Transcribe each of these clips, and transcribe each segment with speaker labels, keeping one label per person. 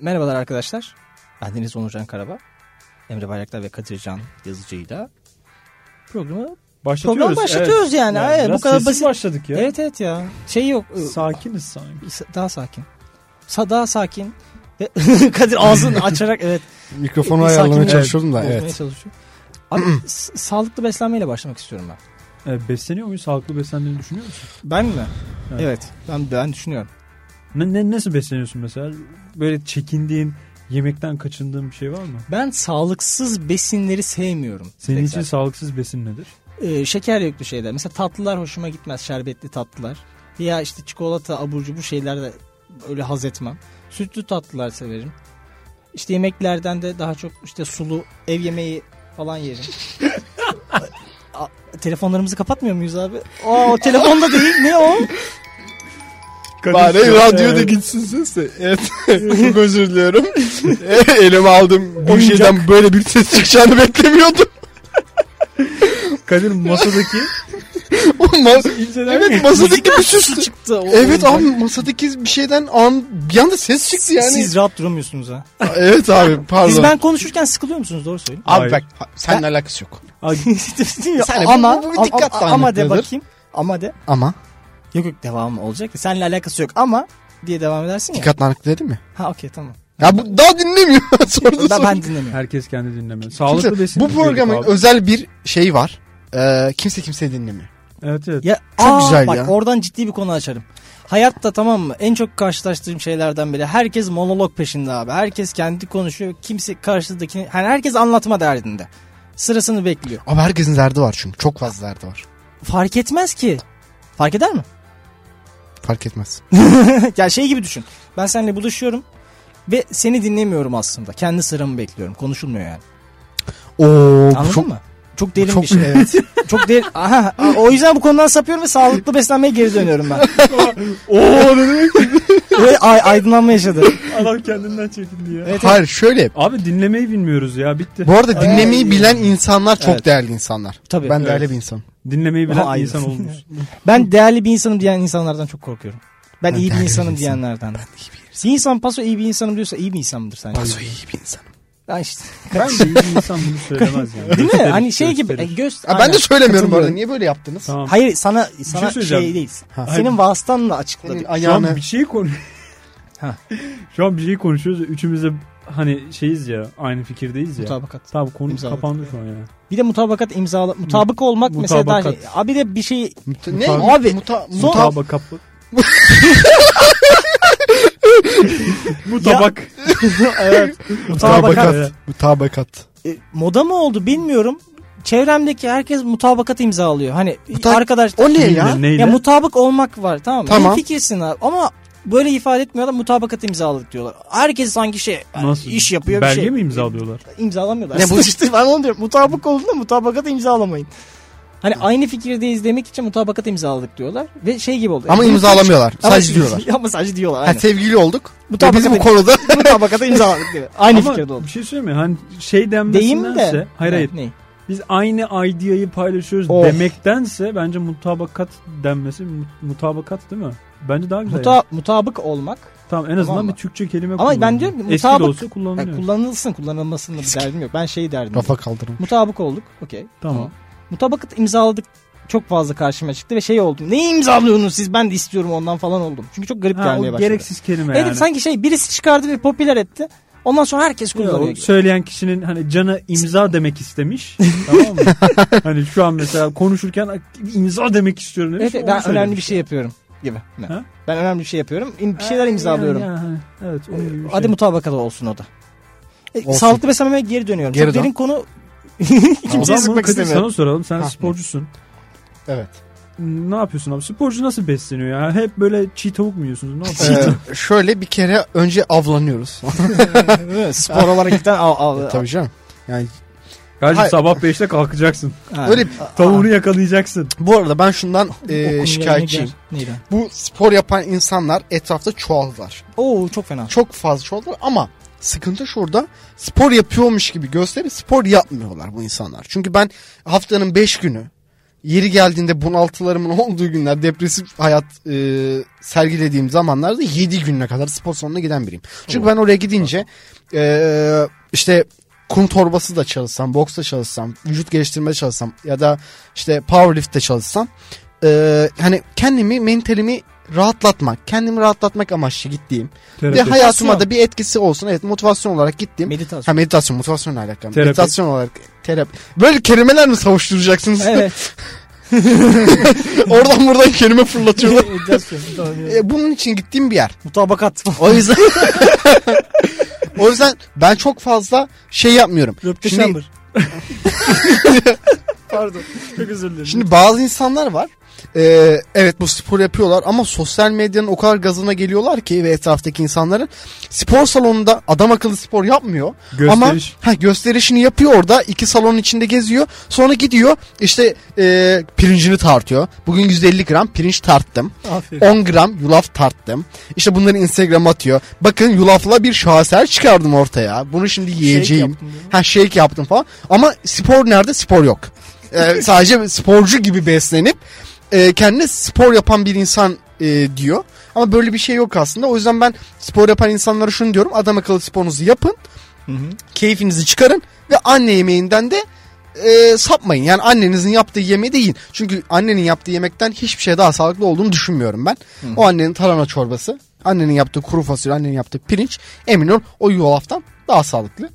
Speaker 1: Merhabalar arkadaşlar. Ben Deniz Onurcan Karaba. Emre Bayraktar ve Kadir Can yazıcıyla programı...
Speaker 2: Başlatıyoruz.
Speaker 1: Program başlatıyoruz yani. Evet, bu
Speaker 2: biraz
Speaker 1: kadar
Speaker 2: sessiz
Speaker 1: basit.
Speaker 2: başladık ya. Ee,
Speaker 1: Evet evet ya. Şey yok. ı,
Speaker 2: Sakiniz sanki.
Speaker 1: Daha sakin. Sa daha sakin. Ve Kadir ağzını açarak evet.
Speaker 3: Mikrofonu
Speaker 1: Sakin-
Speaker 3: ayarlamaya
Speaker 1: Evet.
Speaker 3: çalışıyordum da
Speaker 1: bozmaya
Speaker 3: evet.
Speaker 1: çalışıyor. Abi, s- sağlıklı beslenmeyle başlamak istiyorum ben.
Speaker 2: E, besleniyor muyuz? Sağlıklı beslendiğini düşünüyor musun?
Speaker 1: Ben mi?
Speaker 2: Evet.
Speaker 1: Evet. Ben ben düşünüyorum.
Speaker 2: Ne, ne- nasıl besleniyorsun mesela? Böyle çekindiğin, yemekten kaçındığın bir şey var mı?
Speaker 1: Ben sağlıksız besinleri sevmiyorum.
Speaker 2: Senin
Speaker 1: Tekrar.
Speaker 2: için sağlıksız besin nedir?
Speaker 1: Ee, şeker yüklü şeyler. Mesela tatlılar hoşuma gitmez. Şerbetli tatlılar. Ya işte çikolata, abur cubur şeyler de öyle haz etmem. Sütlü tatlılar severim. İşte yemeklerden de daha çok işte sulu ev yemeği falan yerim. A- telefonlarımızı kapatmıyor muyuz abi? Aa, telefon da değil. Ne o?
Speaker 3: Bari radyoda
Speaker 2: Evet.
Speaker 3: gitsin ses de. Evet. Çok özür diliyorum. E, Elime aldım. Bir
Speaker 2: Oyuncak.
Speaker 3: şeyden böyle bir ses çıkacağını beklemiyordum.
Speaker 2: Kadir masadaki
Speaker 3: Olmaz.
Speaker 2: inceden
Speaker 3: evet masadaki bir
Speaker 1: Su
Speaker 3: ses.
Speaker 1: çıktı. O-
Speaker 3: Evet
Speaker 1: o-
Speaker 3: abi masadaki bir şeyden an bir anda ses çıktı yani.
Speaker 1: Siz rahat duramıyorsunuz ha.
Speaker 3: Evet abi pardon.
Speaker 1: Siz ben konuşurken sıkılıyor musunuz? Doğru söyleyin.
Speaker 3: Abi
Speaker 2: Hayır.
Speaker 3: bak ha- seninle alakası yok. Sen de bu-
Speaker 1: ama
Speaker 3: bu bir dikkat
Speaker 1: ama, ama de
Speaker 3: dağınıklığıdır.
Speaker 1: bakayım. Ama de.
Speaker 3: Ama
Speaker 1: Yok yok devamı olacak. da Seninle alakası yok ama diye devam edersin ya.
Speaker 3: dikkat dağınıklığı dedim mi?
Speaker 1: Ha okey tamam.
Speaker 3: Ya bu daha dinlemiyor. Sordu
Speaker 1: Ben,
Speaker 3: sordu.
Speaker 1: ben dinlemiyorum.
Speaker 2: herkes kendi dinlemeli.
Speaker 3: Kimse-
Speaker 2: Sağlıklı besin.
Speaker 3: bu
Speaker 2: diyorduk
Speaker 3: programın
Speaker 2: abi.
Speaker 3: özel bir şeyi var. Ee, kimse kimseyi dinlemiyor.
Speaker 2: Evet evet.
Speaker 1: Ya,
Speaker 3: Çok
Speaker 1: aa,
Speaker 3: güzel
Speaker 1: bak,
Speaker 3: ya.
Speaker 1: Oradan ciddi bir konu açarım. Hayatta tamam mı? En çok karşılaştığım şeylerden biri. Herkes monolog peşinde abi. Herkes kendi konuşuyor. Kimse karşıdakini... Yani herkes anlatma derdinde. Sırasını bekliyor.
Speaker 3: Ama herkesin derdi var çünkü. Çok fazla derdi var.
Speaker 1: Fark etmez ki. Fark eder mi?
Speaker 3: Fark etmez.
Speaker 1: ya şey gibi düşün. Ben seninle buluşuyorum ve seni dinlemiyorum aslında. Kendi sıramı bekliyorum. Konuşulmuyor yani.
Speaker 3: Oo, bu
Speaker 1: Anladın
Speaker 3: çok
Speaker 1: mı? Çok derin
Speaker 3: çok-
Speaker 1: bir şey. Evet. çok derin. Aha, o yüzden bu konudan sapıyorum ve sağlıklı beslenmeye geri dönüyorum ben.
Speaker 2: Oo dedi.
Speaker 1: Böyle ay, aydınlanma yaşadı.
Speaker 2: Adam kendinden çekindi ya.
Speaker 1: Evet,
Speaker 3: Hayır şöyle.
Speaker 2: Abi dinlemeyi bilmiyoruz ya bitti.
Speaker 3: Bu arada
Speaker 1: Ay.
Speaker 3: dinlemeyi bilen insanlar çok
Speaker 1: Evet.
Speaker 3: değerli insanlar.
Speaker 1: Tabii.
Speaker 3: Ben
Speaker 1: Ben,
Speaker 3: değerli bir insanım.
Speaker 2: Dinlemeyi bilen
Speaker 1: Hayır.
Speaker 2: insan olmuş.
Speaker 1: değerli bir insanım diyen insanlardan çok korkuyorum. Ben,
Speaker 3: Ben
Speaker 1: iyi bir
Speaker 3: değerli bir
Speaker 1: insanım
Speaker 3: insanım.
Speaker 1: diyenlerden. Ben iyi bir insanım. İnsan paso iyi bir insanım diyorsa iyi bir insan mıdır sence?
Speaker 3: Paso iyi bir insanım.
Speaker 1: Ben işte.
Speaker 2: ben de iyi bir insan bunu söylemez yani.
Speaker 1: Değil mi?
Speaker 2: Gösterir,
Speaker 1: hani şey gibi.
Speaker 2: gösterir.
Speaker 1: e, Göz,
Speaker 3: Aa, ben
Speaker 1: Aynen.
Speaker 3: de söylemiyorum bu arada.
Speaker 1: Katılıyorum.
Speaker 3: Niye böyle yaptınız?
Speaker 2: Tamam.
Speaker 1: Hayır sana sana şey,
Speaker 2: söyleyeceğim.
Speaker 1: değil.
Speaker 3: Ha.
Speaker 1: Senin vasıtanla
Speaker 3: Senin
Speaker 1: açıkladık.
Speaker 2: Şu an
Speaker 3: ayağını.
Speaker 2: bir şey konu.
Speaker 1: Ha.
Speaker 2: Şu an bir şey konuşuyoruz. da Üçümüz de hani şeyiz ya aynı fikirdeyiz ya.
Speaker 1: Mutabakat.
Speaker 2: Tamam konu
Speaker 1: İmzaladık.
Speaker 2: kapandı şu an ya.
Speaker 1: Bir de mutabakat imzala mutabık olmak mesela daha
Speaker 2: Mutabakat.
Speaker 1: şey. Abi de bir şey
Speaker 3: Muta- ne?
Speaker 2: Muta-
Speaker 3: Abi. Muta, muta,
Speaker 2: Mutabak kapı. Mutabak.
Speaker 1: evet.
Speaker 3: mutabakat. Mutabakat.
Speaker 1: E, moda mı oldu bilmiyorum. Çevremdeki herkes mutabakat imzalıyor. Hani
Speaker 3: Muta-
Speaker 1: arkadaş
Speaker 3: O ne ya?
Speaker 2: Neyle, neyle?
Speaker 1: ya mutabık olmak var tamam mı?
Speaker 3: Tamam.
Speaker 1: İyi fikirsin abi ama böyle ifade etmiyorlar mutabakat imzaladık diyorlar. Herkes sanki şey yani
Speaker 2: Nasıl?
Speaker 1: iş yapıyor
Speaker 2: Belge
Speaker 1: bir şey.
Speaker 2: mi imzalıyorlar?
Speaker 1: İmzalamıyorlar.
Speaker 3: Ne bu?
Speaker 1: işte ben onu diyorum. Mutabık olduğunda mutabakata imzalamayın. Hani aynı fikirdeyiz demek için mutabakat imzaladık diyorlar ve şey gibi oldu.
Speaker 3: Ama
Speaker 1: E,
Speaker 3: imzalamıyorlar.
Speaker 1: Ama-
Speaker 3: Sadece diyorlar.
Speaker 1: Ama sadece diyorlar.
Speaker 3: Ha,
Speaker 1: Aynen.
Speaker 3: sevgili olduk. Ve
Speaker 1: Mutabakat
Speaker 3: biz bu
Speaker 1: edin.
Speaker 3: konuda
Speaker 1: mutabakata imzaladık diyor. Aynı
Speaker 2: Ama
Speaker 1: Hani fikirde oldu.
Speaker 2: bir şey söyleyeyim mi? Hani şey
Speaker 1: Deyim
Speaker 2: denmesindense.
Speaker 1: de.
Speaker 2: Hayır hayır.
Speaker 1: Ne?
Speaker 2: Biz aynı ideayı paylaşıyoruz
Speaker 1: Of.
Speaker 2: demektense bence mutabakat denmesi mu- mutabakat değil mi? Bence daha güzel. yani.
Speaker 1: Muta, mutabık olmak.
Speaker 2: Tamam en azından
Speaker 1: Tamam mı?
Speaker 2: bir Türkçe kelime
Speaker 1: Ama
Speaker 2: kullanılıyor.
Speaker 1: ben diyorum ki
Speaker 2: Eski de
Speaker 1: mutabık-
Speaker 2: olsa kullanılıyor.
Speaker 1: Yani kullanılsın kullanılmasının bir derdim yok. Ben şey derdim.
Speaker 3: kafa kaldırın.
Speaker 1: Mutabık olduk. Okey.
Speaker 2: Tamam.
Speaker 1: Mutabakat imzaladık. Çok fazla karşıma çıktı ve şey oldum. Neyi imzalıyorsunuz siz? Ben de istiyorum ondan falan oldum. Çünkü çok garip
Speaker 2: Ha,
Speaker 1: gelmeye
Speaker 2: o
Speaker 1: başladı.
Speaker 2: gereksiz kelime
Speaker 1: Evet
Speaker 2: yani.
Speaker 1: sanki şey birisi çıkardı ve popüler etti. Ondan sonra herkes kullanıyor.
Speaker 2: Yo, söyleyen kişinin hani cana imza demek istemiş. tamam mı? Hani şu an mesela konuşurken imza demek istiyorum demiş.
Speaker 1: Evet,
Speaker 2: onu
Speaker 1: ben önemli
Speaker 2: söylemiş.
Speaker 1: bir şey yapıyorum gibi. Ben,
Speaker 2: Ha?
Speaker 1: ben önemli bir şey yapıyorum. İm- Bir şeyler imzalıyorum.
Speaker 2: Yani, yani, evet. onun gibi bir
Speaker 1: Hadi
Speaker 2: şey.
Speaker 1: mutabakat olsun o da. E,
Speaker 3: Olsun.
Speaker 1: sağlıklı beslenmeye geri dönüyorum.
Speaker 3: Geri
Speaker 1: Çok
Speaker 3: dön.
Speaker 1: derin konu.
Speaker 2: O
Speaker 1: Kimseye
Speaker 2: zaman
Speaker 1: şey sıkmak
Speaker 2: Kadir,
Speaker 1: istemiyorum.
Speaker 2: Sana soralım. Sen
Speaker 3: Ha,
Speaker 2: sporcusun.
Speaker 3: Evet.
Speaker 2: Ne yapıyorsun abi? Sporcu nasıl besleniyor ya? Hep böyle çiğ tavuk mu yiyorsunuz? Ne yapıyorsunuz?
Speaker 3: Ee, şöyle bir kere önce avlanıyoruz.
Speaker 1: Spor olarak giden al, al,
Speaker 3: E, Tabii canım. Yani
Speaker 2: Kardeşim
Speaker 3: Hayır.
Speaker 2: sabah 5'te kalkacaksın.
Speaker 1: Ha.
Speaker 3: öyle
Speaker 2: Tavuğunu yakalayacaksın.
Speaker 3: bu arada ben şundan
Speaker 1: Okulun
Speaker 3: e,
Speaker 1: yerine
Speaker 3: şikayetçiyim.
Speaker 1: gel. Neyden?
Speaker 3: Bu spor yapan insanlar etrafta çoğaldılar.
Speaker 1: Oo çok fena.
Speaker 3: Çok fazla çoğaldılar ama sıkıntı şurada spor yapıyormuş gibi gösterip spor yapmıyorlar bu insanlar. Çünkü ben haftanın 5 günü yeri geldiğinde bunaltılarımın olduğu günler depresif hayat e, sergilediğim zamanlarda 7 gününe kadar spor salonuna giden biriyim. Çünkü ben oraya gidince e, işte kum torbası da çalışsam, boks da çalışsam, vücut geliştirme çalışsam ya da işte powerlift de çalışsam e, hani kendimi mentalimi rahatlatmak, kendimi rahatlatmak amaçlı gittiğim
Speaker 2: Terapi.
Speaker 3: ve hayatıma da bir etkisi olsun. Evet motivasyon olarak gittiğim Ha
Speaker 1: Meditasyon.
Speaker 3: meditasyon, motivasyonla alakalı.
Speaker 2: Terapi.
Speaker 3: Meditasyon olarak terapi. Böyle kelimeler mi savuşturacaksınız?
Speaker 1: evet.
Speaker 3: Oradan buradan kelime fırlatıyorlar.
Speaker 1: Meditasyon. Tamam ya.
Speaker 3: E, bunun için gittiğim bir yer.
Speaker 1: Mutabakat.
Speaker 3: O yüzden O yüzden ben çok fazla şey yapmıyorum. Şimdi,
Speaker 1: Röpteşember. Pardon. Çok özür dilerim.
Speaker 3: şimdi bazı insanlar var. E, evet bu spor yapıyorlar ama sosyal medyanın o kadar gazına geliyorlar ki ve etraftaki insanların spor salonunda adam akıllı spor yapmıyor.
Speaker 2: Gösteriş.
Speaker 3: Ama ha, gösterişini yapıyor orada. iki salonun içinde geziyor. Sonra gidiyor işte e, pirincini tartıyor. Bugün 150 gram pirinç tarttım.
Speaker 1: Aferin.
Speaker 3: 10 gram yulaf tarttım. İşte bunları Instagram atıyor. Bakın yulafla bir şaheser çıkardım ortaya. Bunu şimdi yiyeceğim.
Speaker 1: yaptın değil mi?
Speaker 3: ha shake yaptım falan. Ama spor nerede? Spor yok. Ee, sadece sporcu gibi beslenip e, kendine spor yapan bir insan e, diyor. Ama böyle bir şey yok aslında. O yüzden ben spor yapan insanlara şunu diyorum. Adam akıllı sporunuzu yapın. Keyfinizi çıkarın. Ve anne yemeğinden de e, sapmayın. Yani annenizin yaptığı yemeği de yiyin. Çünkü annenin yaptığı yemekten hiçbir şey daha sağlıklı olduğunu düşünmüyorum ben. O annenin tarhana çorbası, annenin yaptığı kuru fasulye, annenin yaptığı pirinç emin ol o yulaftan daha sağlıklı.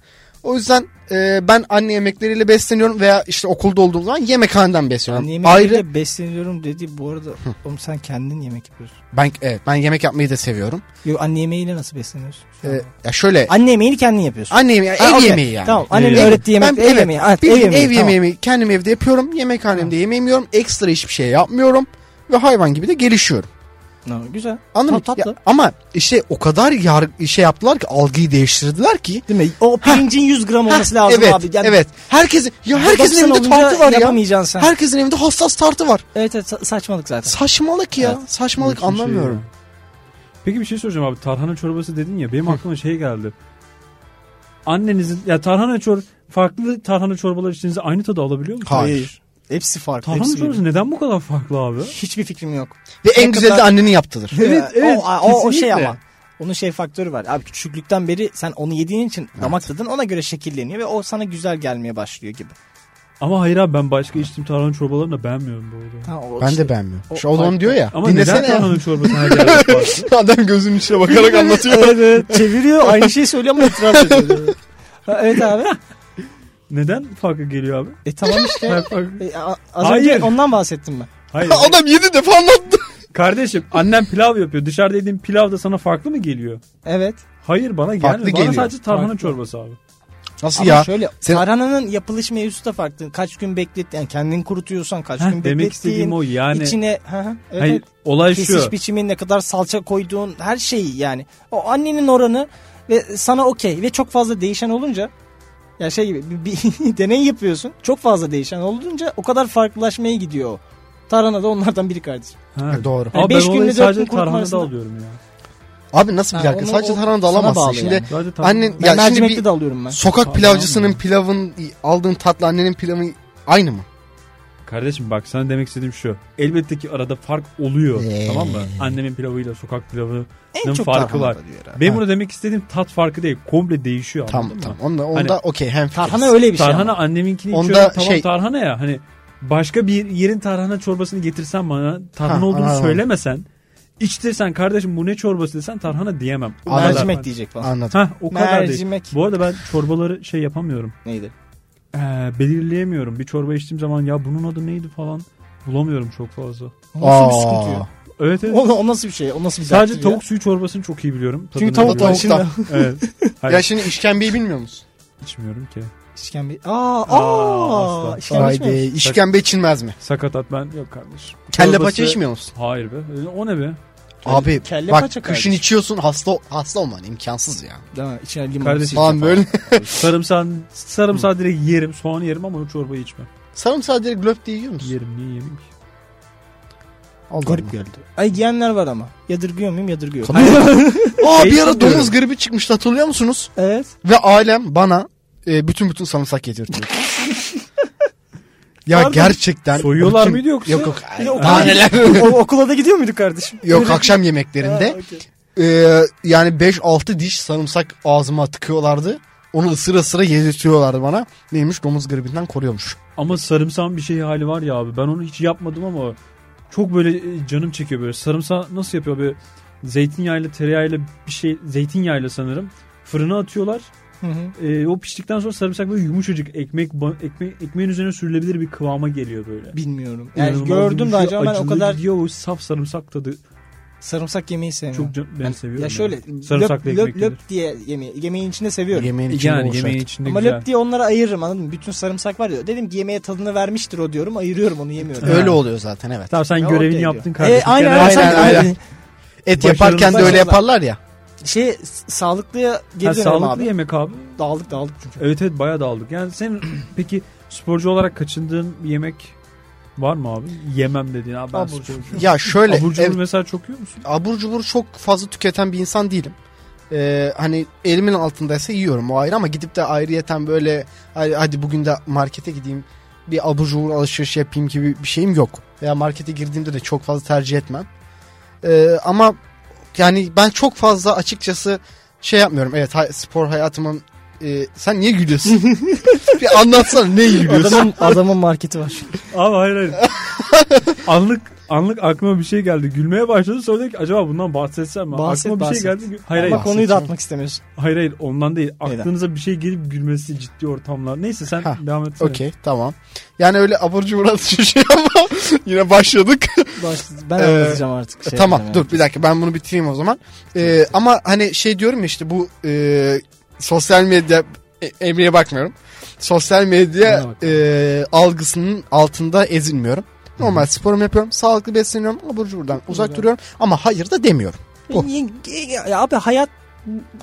Speaker 3: O yüzden e, ben anne yemekleriyle besleniyorum veya işte okulda olduğum zaman yemekhaneden besleniyorum.
Speaker 1: Yani
Speaker 3: Ayrı
Speaker 1: Ayrı besleniyorum dedi. Bu arada oğlum sen kendin yemek yapıyorsun.
Speaker 3: ben evet ben yemek yapmayı da seviyorum.
Speaker 1: Yok anne yemeğiyle nasıl besleniyorsun?
Speaker 3: E, ya şöyle
Speaker 1: Anne yemeğini kendin yapıyorsun.
Speaker 3: anne yemeği,
Speaker 1: Ha,
Speaker 3: ev
Speaker 1: okey.
Speaker 3: yemeği yani.
Speaker 1: Tamam. Annenin
Speaker 2: Ev-
Speaker 1: öğrettiği yemek
Speaker 3: Ben-
Speaker 1: ev
Speaker 3: evet,
Speaker 1: yemeği. Evet,
Speaker 3: Bildiğin
Speaker 1: ev yemeği.
Speaker 3: ev
Speaker 1: tamam.
Speaker 3: yemeğimi kendim evde yapıyorum. Yemekhanemde yemeğimi yiyorum. Ekstra hiçbir şey yapmıyorum ve hayvan gibi de gelişiyorum.
Speaker 1: Tamam, güzel.
Speaker 3: Anladın mı?
Speaker 1: Tat- tatlı.
Speaker 3: Ya ama işte o kadar yar- şey yaptılar ki algıyı değiştirdiler ki.
Speaker 1: Değil mi? O pirincin 100 gram olması
Speaker 3: Heh,
Speaker 1: lazım
Speaker 3: evet,
Speaker 1: abi. Yani
Speaker 3: evet. Herkesin ya herkesin
Speaker 1: 90
Speaker 3: evinde
Speaker 1: olunca
Speaker 3: tartı var ya.
Speaker 1: Yapamayacaksın sen.
Speaker 3: Herkesin evinde hassas tartı var.
Speaker 1: Evet evet sa- saçmalık zaten.
Speaker 3: Saçmalık ya. Saçmalık
Speaker 2: Şey
Speaker 3: anlamıyorum.
Speaker 2: ya. Peki bir şey soracağım abi. Tarhana çorbası dedin ya. Benim aklıma şey geldi. Annenizin ya tarhana çor farklı tarhana çorbalar içtiğinizde aynı tadı alabiliyor musunuz?
Speaker 3: Hayır.
Speaker 1: Hepsi farklı.
Speaker 2: Tarhana
Speaker 1: hepsi
Speaker 2: çorbası
Speaker 1: birbirine.
Speaker 2: neden bu kadar farklı abi?
Speaker 1: Hiçbir fikrim yok.
Speaker 3: Ve en
Speaker 1: Ne
Speaker 3: güzeli de
Speaker 1: kadar-
Speaker 3: annenin yaptıdır.
Speaker 2: Evet, evet,
Speaker 1: O, o, o şey
Speaker 2: kesinlikle.
Speaker 1: ama. Onun şey faktörü var. Abi küçüklükten beri sen onu yediğin için damak tadın ona göre şekilleniyor ve o sana güzel gelmeye başlıyor gibi.
Speaker 2: Ama hayır abi ben başka içtiğim tarhana çorbalarını da beğenmiyorum bu arada.
Speaker 1: Ha, o şey.
Speaker 3: Ben
Speaker 1: işte-
Speaker 3: de beğenmiyorum.
Speaker 1: o
Speaker 3: Şu adam diyor ya.
Speaker 2: Ama
Speaker 3: dinlesene
Speaker 2: neden
Speaker 3: ya.
Speaker 2: tarhana çorbası her yerde farklı?
Speaker 3: Adam gözünün içine bakarak anlatıyor.
Speaker 1: Evet, çeviriyor aynı şeyi söylüyor ama itiraf ediyor. Ha, evet abi.
Speaker 2: Neden farklı geliyor abi?
Speaker 1: E tamam işte.
Speaker 2: Her farklı-
Speaker 1: E, a- az
Speaker 2: Hayır.
Speaker 1: önce ondan bahsettim ben.
Speaker 2: Hayır.
Speaker 3: adam 7 defa anlattı.
Speaker 2: Kardeşim annem pilav yapıyor. Dışarıda yediğim pilav da sana farklı mı geliyor?
Speaker 1: Evet.
Speaker 2: Hayır bana
Speaker 3: Farklı
Speaker 2: gelmiyor. Bana
Speaker 3: geliyor.
Speaker 2: sadece tarhana
Speaker 1: Farklı.
Speaker 2: çorbası abi.
Speaker 3: Nasıl
Speaker 1: Ama
Speaker 3: ya?
Speaker 1: şöyle
Speaker 3: sen-
Speaker 1: tarhananın yapılış mevzusu da farklı. Kaç gün beklet yani kendin kurutuyorsan kaç gün
Speaker 2: Heh,
Speaker 1: beklettiğin.
Speaker 2: demek istediğim o yani.
Speaker 1: içine ha, ha, evet.
Speaker 2: Hayır, olay şu.
Speaker 1: Kesiş biçimin ne kadar salça koyduğun her şeyi yani. O annenin oranı ve sana okey ve çok fazla değişen olunca ya şey gibi bir, bir deney yapıyorsun. Çok fazla değişen olunca o kadar farklılaşmaya gidiyor o. Tarhana da onlardan biri kardeşim.
Speaker 2: Ha.
Speaker 3: Ha, Doğru.
Speaker 1: Yani
Speaker 2: Abi ben
Speaker 1: beş günde
Speaker 2: olayı
Speaker 1: dört
Speaker 2: sadece
Speaker 1: gün kurutma
Speaker 2: tarhanada
Speaker 1: arasında.
Speaker 2: alıyorum ya.
Speaker 3: Abi nasıl bir
Speaker 1: Ha,
Speaker 3: dakika?
Speaker 1: onu-
Speaker 3: Sadece
Speaker 1: o
Speaker 3: tarhana da
Speaker 1: sana
Speaker 3: alamazsın.
Speaker 1: bağlı
Speaker 3: Şimdi
Speaker 1: yani.
Speaker 2: Sadece tarhana.
Speaker 3: annen
Speaker 1: Ben
Speaker 3: ya şimdi
Speaker 1: mercimekli
Speaker 3: bir
Speaker 1: de alıyorum ben.
Speaker 3: sokak
Speaker 2: Tarhana
Speaker 3: pilavcısının
Speaker 2: almıyor.
Speaker 3: pilavın aldığın tatlı annenin pilavın aynı mı?
Speaker 2: Kardeşim bak sana demek istediğim şu. Elbette ki arada fark oluyor.
Speaker 3: Eee.
Speaker 2: Tamam mı? Annemin pilavıyla sokak pilavının
Speaker 1: En çok
Speaker 2: farkı
Speaker 1: tarhana
Speaker 2: var.
Speaker 1: da diyor herhalde.
Speaker 2: Benim bunu demek istediğim tat farkı değil. Komple değişiyor.
Speaker 3: Tamam
Speaker 2: anladın mı?
Speaker 3: tamam. Onda onda okey hem
Speaker 1: Tarhana öyle bir şey.
Speaker 2: tarhana
Speaker 1: ama.
Speaker 2: anneminkini
Speaker 3: Onda
Speaker 2: içiyorum. Tamam
Speaker 3: şey-
Speaker 2: tarhana ya. Hani başka bir yerin tarhana çorbasını getirsen bana tarhana
Speaker 3: Ha,
Speaker 2: olduğunu
Speaker 3: anladım.
Speaker 2: söylemesen iç desen kardeşim bu ne çorbası desen tarhana diyemem. O kadar.
Speaker 1: Mercimek diyecek falan.
Speaker 3: Anladım.
Speaker 2: Hah o kadar değil.
Speaker 1: Mercimek
Speaker 2: Bu arada ben çorbaları şey yapamıyorum.
Speaker 1: neydi?
Speaker 2: Ee, belirleyemiyorum. Bir çorba içtiğim zaman ya bunun adı neydi falan bulamıyorum çok fazla.
Speaker 1: O Nasıl bir
Speaker 3: Aa.
Speaker 1: sıkıntı ya?
Speaker 2: Evet evet.
Speaker 1: O, o nasıl bir şey? O nasıl bir
Speaker 2: Sadece
Speaker 1: derttir ya?
Speaker 2: tavuk suyu çorbasını çok iyi biliyorum.
Speaker 1: Çünkü
Speaker 2: Tadını
Speaker 1: tavuk var
Speaker 2: biliyorum.
Speaker 1: içinde.
Speaker 2: Evet. Hayır
Speaker 3: Ya şimdi işkembeyi bilmiyor musun?
Speaker 2: içmiyorum ki.
Speaker 1: İşkembe. Aa,
Speaker 2: Aa,
Speaker 1: aa,
Speaker 2: asla.
Speaker 1: işkembe içmiyor musun?
Speaker 3: işkembe içilmez mi?
Speaker 2: Sakatat ben yok kardeşim.
Speaker 3: Kelle
Speaker 2: Çorbası-
Speaker 3: paça içmiyor musun?
Speaker 2: Hayır be. E, O ne be?
Speaker 3: Abi
Speaker 1: kelle
Speaker 3: bak
Speaker 1: paça
Speaker 3: kışın
Speaker 1: kardeşim.
Speaker 3: içiyorsun hasta hasta olman imkansız ya.
Speaker 1: Değil mi? İçine limon.
Speaker 2: Kardeşim.
Speaker 1: sirke
Speaker 3: Falan böyle.
Speaker 2: Sarımsak sarımsağı direkt yerim, soğan yerim ama o çorbayı içmem.
Speaker 3: Sarımsağı direkt löp diye yiyor musun?
Speaker 2: Yerim niye yemeyeyim ki?
Speaker 3: Allah
Speaker 1: Garip geldi. Ay yiyenler var ama. Yadırgıyor muyum? Yadırgıyorum.
Speaker 3: Allah. Aa bir
Speaker 2: Değişim
Speaker 3: ara
Speaker 2: diyorum.
Speaker 3: domuz gribi çıkmıştı hatırlıyor musunuz?
Speaker 1: evet.
Speaker 3: Ve ailem bana e, bütün bütün sarımsak getirdi. Ya
Speaker 1: Pardon.
Speaker 3: gerçekten.
Speaker 2: Soyuyorlar
Speaker 3: bütün-
Speaker 2: mıydı yoksa?
Speaker 3: Yok yok.
Speaker 1: Ya okula-
Speaker 3: Daha neler.
Speaker 1: O- okula da gidiyor muydu kardeşim?
Speaker 3: Yok akşam yemeklerinde. Ee, yani 5-6 diş sarımsak ağzıma tıkıyorlardı. Onu ısıra sıra yedirtiyorlardı bana. Neymiş domuz gribinden koruyormuş.
Speaker 2: Ama sarımsağın bir şey hali var ya abi. Ben onu hiç yapmadım ama çok böyle e, canım çekiyor böyle. Sarımsağı nasıl yapıyor böyle zeytinyağıyla tereyağıyla bir şey zeytinyağıyla sanırım fırına atıyorlar.
Speaker 1: Hı hı.
Speaker 2: E, o piştikten sonra sarımsak böyle yumuşacık ekmek, ba- ekmek ekmeğin üzerine sürülebilir bir kıvama geliyor böyle.
Speaker 1: Bilmiyorum. Yani
Speaker 2: İnanılmaz
Speaker 1: gördüm de
Speaker 2: yumuşuyor,
Speaker 1: acaba ben o
Speaker 2: acılı
Speaker 1: kadar
Speaker 2: gidiyor o saf sarımsak tadı
Speaker 1: sarımsak yemeyi sevmiyorum.
Speaker 2: çok can, ben
Speaker 1: Yani-
Speaker 2: seviyorum.
Speaker 1: Ya
Speaker 2: yani.
Speaker 1: şöyle
Speaker 2: sarımsaklı
Speaker 1: löp,
Speaker 2: ekmek
Speaker 1: löp,
Speaker 2: yedir.
Speaker 1: löp diye yemeği, yemeğin içinde seviyorum.
Speaker 3: Yemeğin içinde
Speaker 2: Yani
Speaker 3: yani,
Speaker 2: yemeğin içinde
Speaker 1: Ama
Speaker 2: güzel.
Speaker 1: löp diye onları ayırırım anladın mı? Bütün sarımsak var ya. Dedim ki yemeğe tadını vermiştir o diyorum. Ayırıyorum onu yemiyorum.
Speaker 2: Evet.
Speaker 3: Öyle oluyor zaten evet.
Speaker 2: Tamam sen
Speaker 1: Ya
Speaker 2: görevini
Speaker 1: okey
Speaker 2: yaptın
Speaker 1: diyor.
Speaker 2: kardeşim.
Speaker 1: E, aynen,
Speaker 2: Kenara-
Speaker 1: aynen,
Speaker 3: Aynen,
Speaker 1: aynen.
Speaker 3: aynen. Et
Speaker 2: Başarılı-
Speaker 3: yaparken de
Speaker 1: başarılı.
Speaker 3: öyle yaparlar ya.
Speaker 1: Şey s- sağlıklıya geri
Speaker 2: Ha,
Speaker 1: dönelim
Speaker 2: sağlıklı
Speaker 1: abi.
Speaker 2: yemek abi.
Speaker 1: Dağıldık dağıldık çünkü.
Speaker 2: Evet evet bayağı da aldık. Yani senin peki sporcu olarak kaçındığın bir yemek var mı abi? Yemem dediğin abi ben
Speaker 1: Abur
Speaker 2: sporcuyum.
Speaker 3: Ya şöyle.
Speaker 2: Abur
Speaker 3: ev-
Speaker 2: cubur mesela çok yiyor musun?
Speaker 3: abur cubur çok fazla tüketen bir insan değilim. Ee, hani elimin altındaysa yiyorum o ayrı ama gidip de ayrıyeten böyle "Ay, hadi bugün de markete gideyim bir abur cubur alışveriş yapayım gibi bir şeyim yok. Veya markete girdiğimde de çok fazla tercih etmem. Ee, ama yani ben çok fazla açıkçası şey yapmıyorum. Evet hay- spor hayatımın e, sen niye gülüyorsun? bir anlatsana ne gülüyorsun?
Speaker 1: Adamın, adamın marketi var.
Speaker 2: Abi hayır hayır. anlık anlık aklıma bir şey geldi. Gülmeye başladı sonra dedim ki acaba bundan bahsetsem mi?
Speaker 1: Bahset,
Speaker 2: aklıma bir
Speaker 1: bahset.
Speaker 2: şey geldi. Hayır hayır.
Speaker 1: Ama konuyu da atmak istemiyorsun.
Speaker 2: Hayır hayır ondan değil.
Speaker 1: Neden?
Speaker 2: Aklınıza bir şey gelip gülmesi ciddi ortamlar. Neyse sen
Speaker 3: Ha,
Speaker 2: devam et.
Speaker 3: Okey tamam. Yani öyle abur cubur alışveriş ama yine başladık.
Speaker 1: Baş- Ben
Speaker 3: Ee,
Speaker 1: anlatacağım artık. şey
Speaker 3: tamam
Speaker 1: yapacağım
Speaker 3: dur bir dakika ben bunu bitireyim o zaman. Ee, ama hani şey diyorum ya işte bu e, sosyal medya e, Emre'ye bakmıyorum. Sosyal medya
Speaker 2: Bana bak.
Speaker 3: e, algısının altında ezilmiyorum. Normal sporumu yapıyorum. Sağlıklı besleniyorum. Abur cuburdan uzak
Speaker 1: Güzel.
Speaker 3: duruyorum. Ama hayır da demiyorum. bu.
Speaker 1: Yani. Ya- ya Abi hayat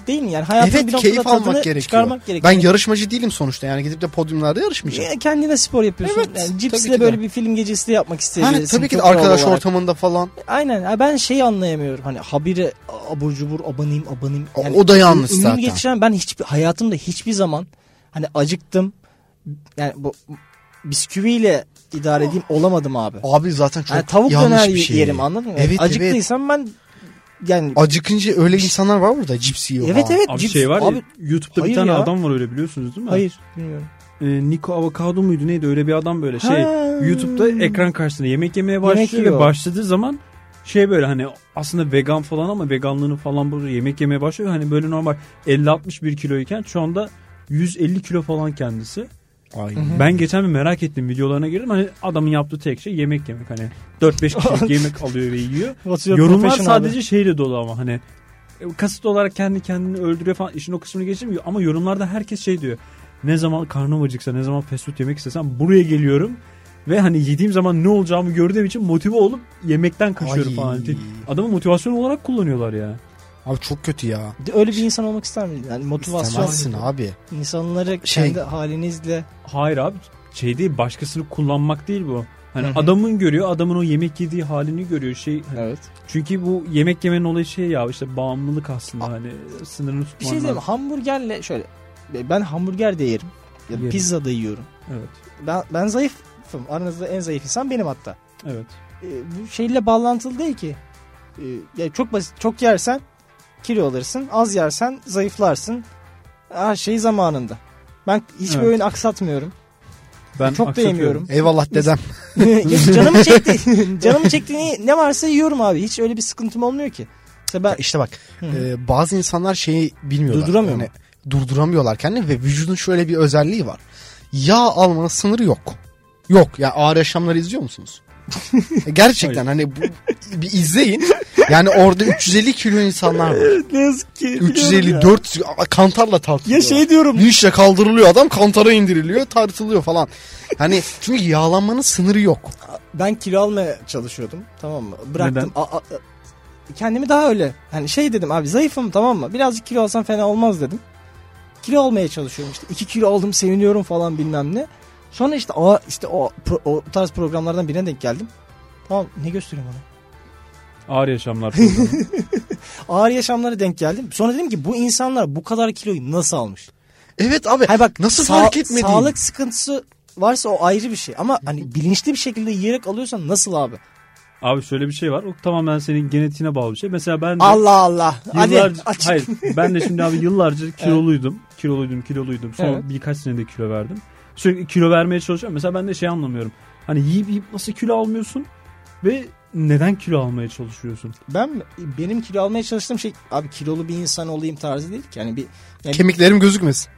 Speaker 1: değil mi yani? Hayatın
Speaker 3: Evet,
Speaker 1: bir noktada
Speaker 3: keyif almak
Speaker 1: tadını
Speaker 3: gerekiyor.
Speaker 1: çıkarmak gerekiyor.
Speaker 3: Ben yarışmacı değilim sonuçta. Yani gidip de podyumlarda yarışmayacağım.
Speaker 1: Ya kendine spor yapıyorsun.
Speaker 3: Evet,
Speaker 1: yani
Speaker 3: tabii ki
Speaker 1: cipsle
Speaker 3: de.
Speaker 1: böyle bir film gecesi de yapmak
Speaker 3: Ha,
Speaker 1: isteyebilirsin.
Speaker 3: tabii ki de
Speaker 1: çok doğal
Speaker 3: arkadaş
Speaker 1: olarak.
Speaker 3: ortamında falan.
Speaker 1: Aynen. Ya Ben şeyi anlayamıyorum. Hani habire abur cubur abanayım abanayım.
Speaker 3: O-
Speaker 1: Yani
Speaker 3: o da yanlış
Speaker 1: ömrümü
Speaker 3: zaten.
Speaker 1: geçiren ben hiçbir hayatımda hiçbir zaman hani acıktım. Yani bu bisküviyle idare edeyim olamadım abi.
Speaker 3: Abi zaten çok
Speaker 1: Yani tavuk
Speaker 3: yanlış
Speaker 1: döner
Speaker 3: bir şey.
Speaker 1: yerim anladın mı?
Speaker 3: Evet, evet.
Speaker 1: Acıktıysam ben yani
Speaker 3: Acıkınca öyle insanlar var burada cips yiyor
Speaker 1: evet
Speaker 3: falan.
Speaker 1: evet
Speaker 2: Abi
Speaker 1: cips-
Speaker 2: şey var ya
Speaker 1: abi,
Speaker 2: YouTube'da bir
Speaker 1: hayır
Speaker 2: tane
Speaker 1: ya.
Speaker 2: adam var öyle biliyorsunuz değil mi?
Speaker 1: hayır bilmiyorum.
Speaker 2: Ee, Nico Avocado muydu neydi öyle bir adam böyle şey.
Speaker 1: Ha.
Speaker 2: YouTube'da ekran karşısında yemek yemeye
Speaker 1: Yemek
Speaker 2: başlıyor ve
Speaker 1: yiyor.
Speaker 2: başladığı zaman şey böyle hani aslında vegan falan ama veganlığını falan böyle yemek yemeye başlıyor. Hani böyle normal 50-61 kiloyken şu anda 150 kilo falan kendisi.
Speaker 3: Aynen.
Speaker 2: Ben geçen bir merak ettim videolarına girdim. Hani adamın yaptığı tek şey yemek yemek. Hani 4-5 kişilik yemek alıyor ve yiyor.
Speaker 1: What's your
Speaker 2: Yorumlar
Speaker 1: profession abi?
Speaker 2: sadece şeyle dolu ama hani e, kasıt olarak kendi kendini öldürüyor falan işin o kısmını geçtim ama yorumlarda herkes şey diyor. Ne zaman karnım acıksa ne zaman fast food yemek istesem buraya geliyorum ve hani yediğim zaman ne olacağımı gördüğüm için motive olup yemekten kaçıyorum
Speaker 3: Ay.
Speaker 2: falan. Adamı motivasyon olarak kullanıyorlar ya.
Speaker 3: Abi çok kötü ya.
Speaker 1: Öyle bir insan olmak ister miydin? Yani motivasyon
Speaker 3: İstemezsin abi.
Speaker 1: insanları
Speaker 3: Şey-
Speaker 1: kendi halinizle
Speaker 2: Hayır abi şey değil başkasını kullanmak değil bu. Hani
Speaker 1: Hı hı.
Speaker 2: adamın görüyor adamın o yemek yediği halini görüyor şey hani
Speaker 1: evet.
Speaker 2: Çünkü bu yemek yemenin olayı şey ya işte bağımlılık aslında hani sınırını
Speaker 1: Bir
Speaker 2: tutman
Speaker 1: şey diyeyim mi?
Speaker 2: lazım.
Speaker 1: hamburgerle şöyle ben hamburger de yerim. Ya da
Speaker 2: Yerim.
Speaker 1: pizza da yiyorum.
Speaker 2: Evet.
Speaker 1: Ben ben zayıfım. Aranızda en zayıf insan benim hatta.
Speaker 2: Evet.
Speaker 1: Ee, bu şeyle bağlantılı değil ki. Ee, ya çok basit. Çok yersen kilo alırsın. Az yersen zayıflarsın. Her şey zamanında. Ben hiçbir
Speaker 2: Evet.
Speaker 1: öğün aksatmıyorum.
Speaker 2: Ben
Speaker 1: Çok da
Speaker 2: aksatıyorum.
Speaker 1: yemiyorum.
Speaker 3: Eyvallah dedem.
Speaker 1: Ya canımı çekti. canımı çektiğini ne varsa yiyorum abi. Hiç öyle bir sıkıntım olmuyor ki. İşte ben
Speaker 3: işte bak
Speaker 1: Hı.
Speaker 3: e, bazı insanlar şeyi bilmiyorlar.
Speaker 1: Durduramıyor mu?
Speaker 3: durduramıyorlar kendini ve vücudun şöyle bir özelliği var. Yağ almanın sınırı yok. Yok ya ağır yaşamları izliyor musunuz? Gerçekten hani bu, bir izleyin. Yani orada 350 kilo insanlar var.
Speaker 1: ne yazık ki. biliyorum
Speaker 3: 350
Speaker 1: ya.
Speaker 3: 400 Aa, kantarla tartılıyor.
Speaker 1: Ya şey diyorum.
Speaker 3: Vinçle kaldırılıyor adam kantara indiriliyor tartılıyor falan. Hani çünkü yağlanmanın sınırı yok.
Speaker 1: ben kilo almaya çalışıyordum tamam mı? Bıraktım.
Speaker 2: Neden?
Speaker 1: A- a- a- kendimi daha öyle hani şey dedim abi zayıfım tamam mı? Birazcık kilo alsam fena olmaz dedim. Kilo almaya çalışıyorum işte 2 kilo aldım seviniyorum falan bilmem ne. Sonra işte o işte o, pro- o tarz programlardan birine denk geldim. Tamam ne gösteriyorum bana?
Speaker 2: Ağır yaşamlar programı.
Speaker 1: Ağır yaşamlara denk geldim. Sonra dedim ki bu insanlar bu kadar kiloyu nasıl almış?
Speaker 3: Evet abi
Speaker 1: Hay bak
Speaker 3: nasıl
Speaker 1: sağ-
Speaker 3: fark etmediğin.
Speaker 1: Sağlık sıkıntısı varsa o ayrı bir şey. Ama hani bilinçli bir şekilde yiyerek alıyorsan nasıl abi?
Speaker 2: Abi şöyle bir şey var. O tamamen senin genetiğine bağlı bir şey. Mesela ben de
Speaker 1: Allah Allah.
Speaker 2: yıllarca-
Speaker 1: Hadi aç.
Speaker 2: hayır ben de şimdi abi yıllarca kiloluydum. Kiloluydum, kiloluydum. Sonra
Speaker 1: Evet.
Speaker 2: birkaç senede kilo verdim. Sürekli kilo vermeye çalışıyorum. Mesela ben de şey anlamıyorum. Hani yiyip yiyip nasıl kilo almıyorsun ve neden kilo almaya çalışıyorsun?
Speaker 1: Ben mi- benim kilo almaya çalıştığım şey abi kilolu bir insan olayım tarzı değil ki. Yani bir yani
Speaker 3: Kemiklerim gözükmesin.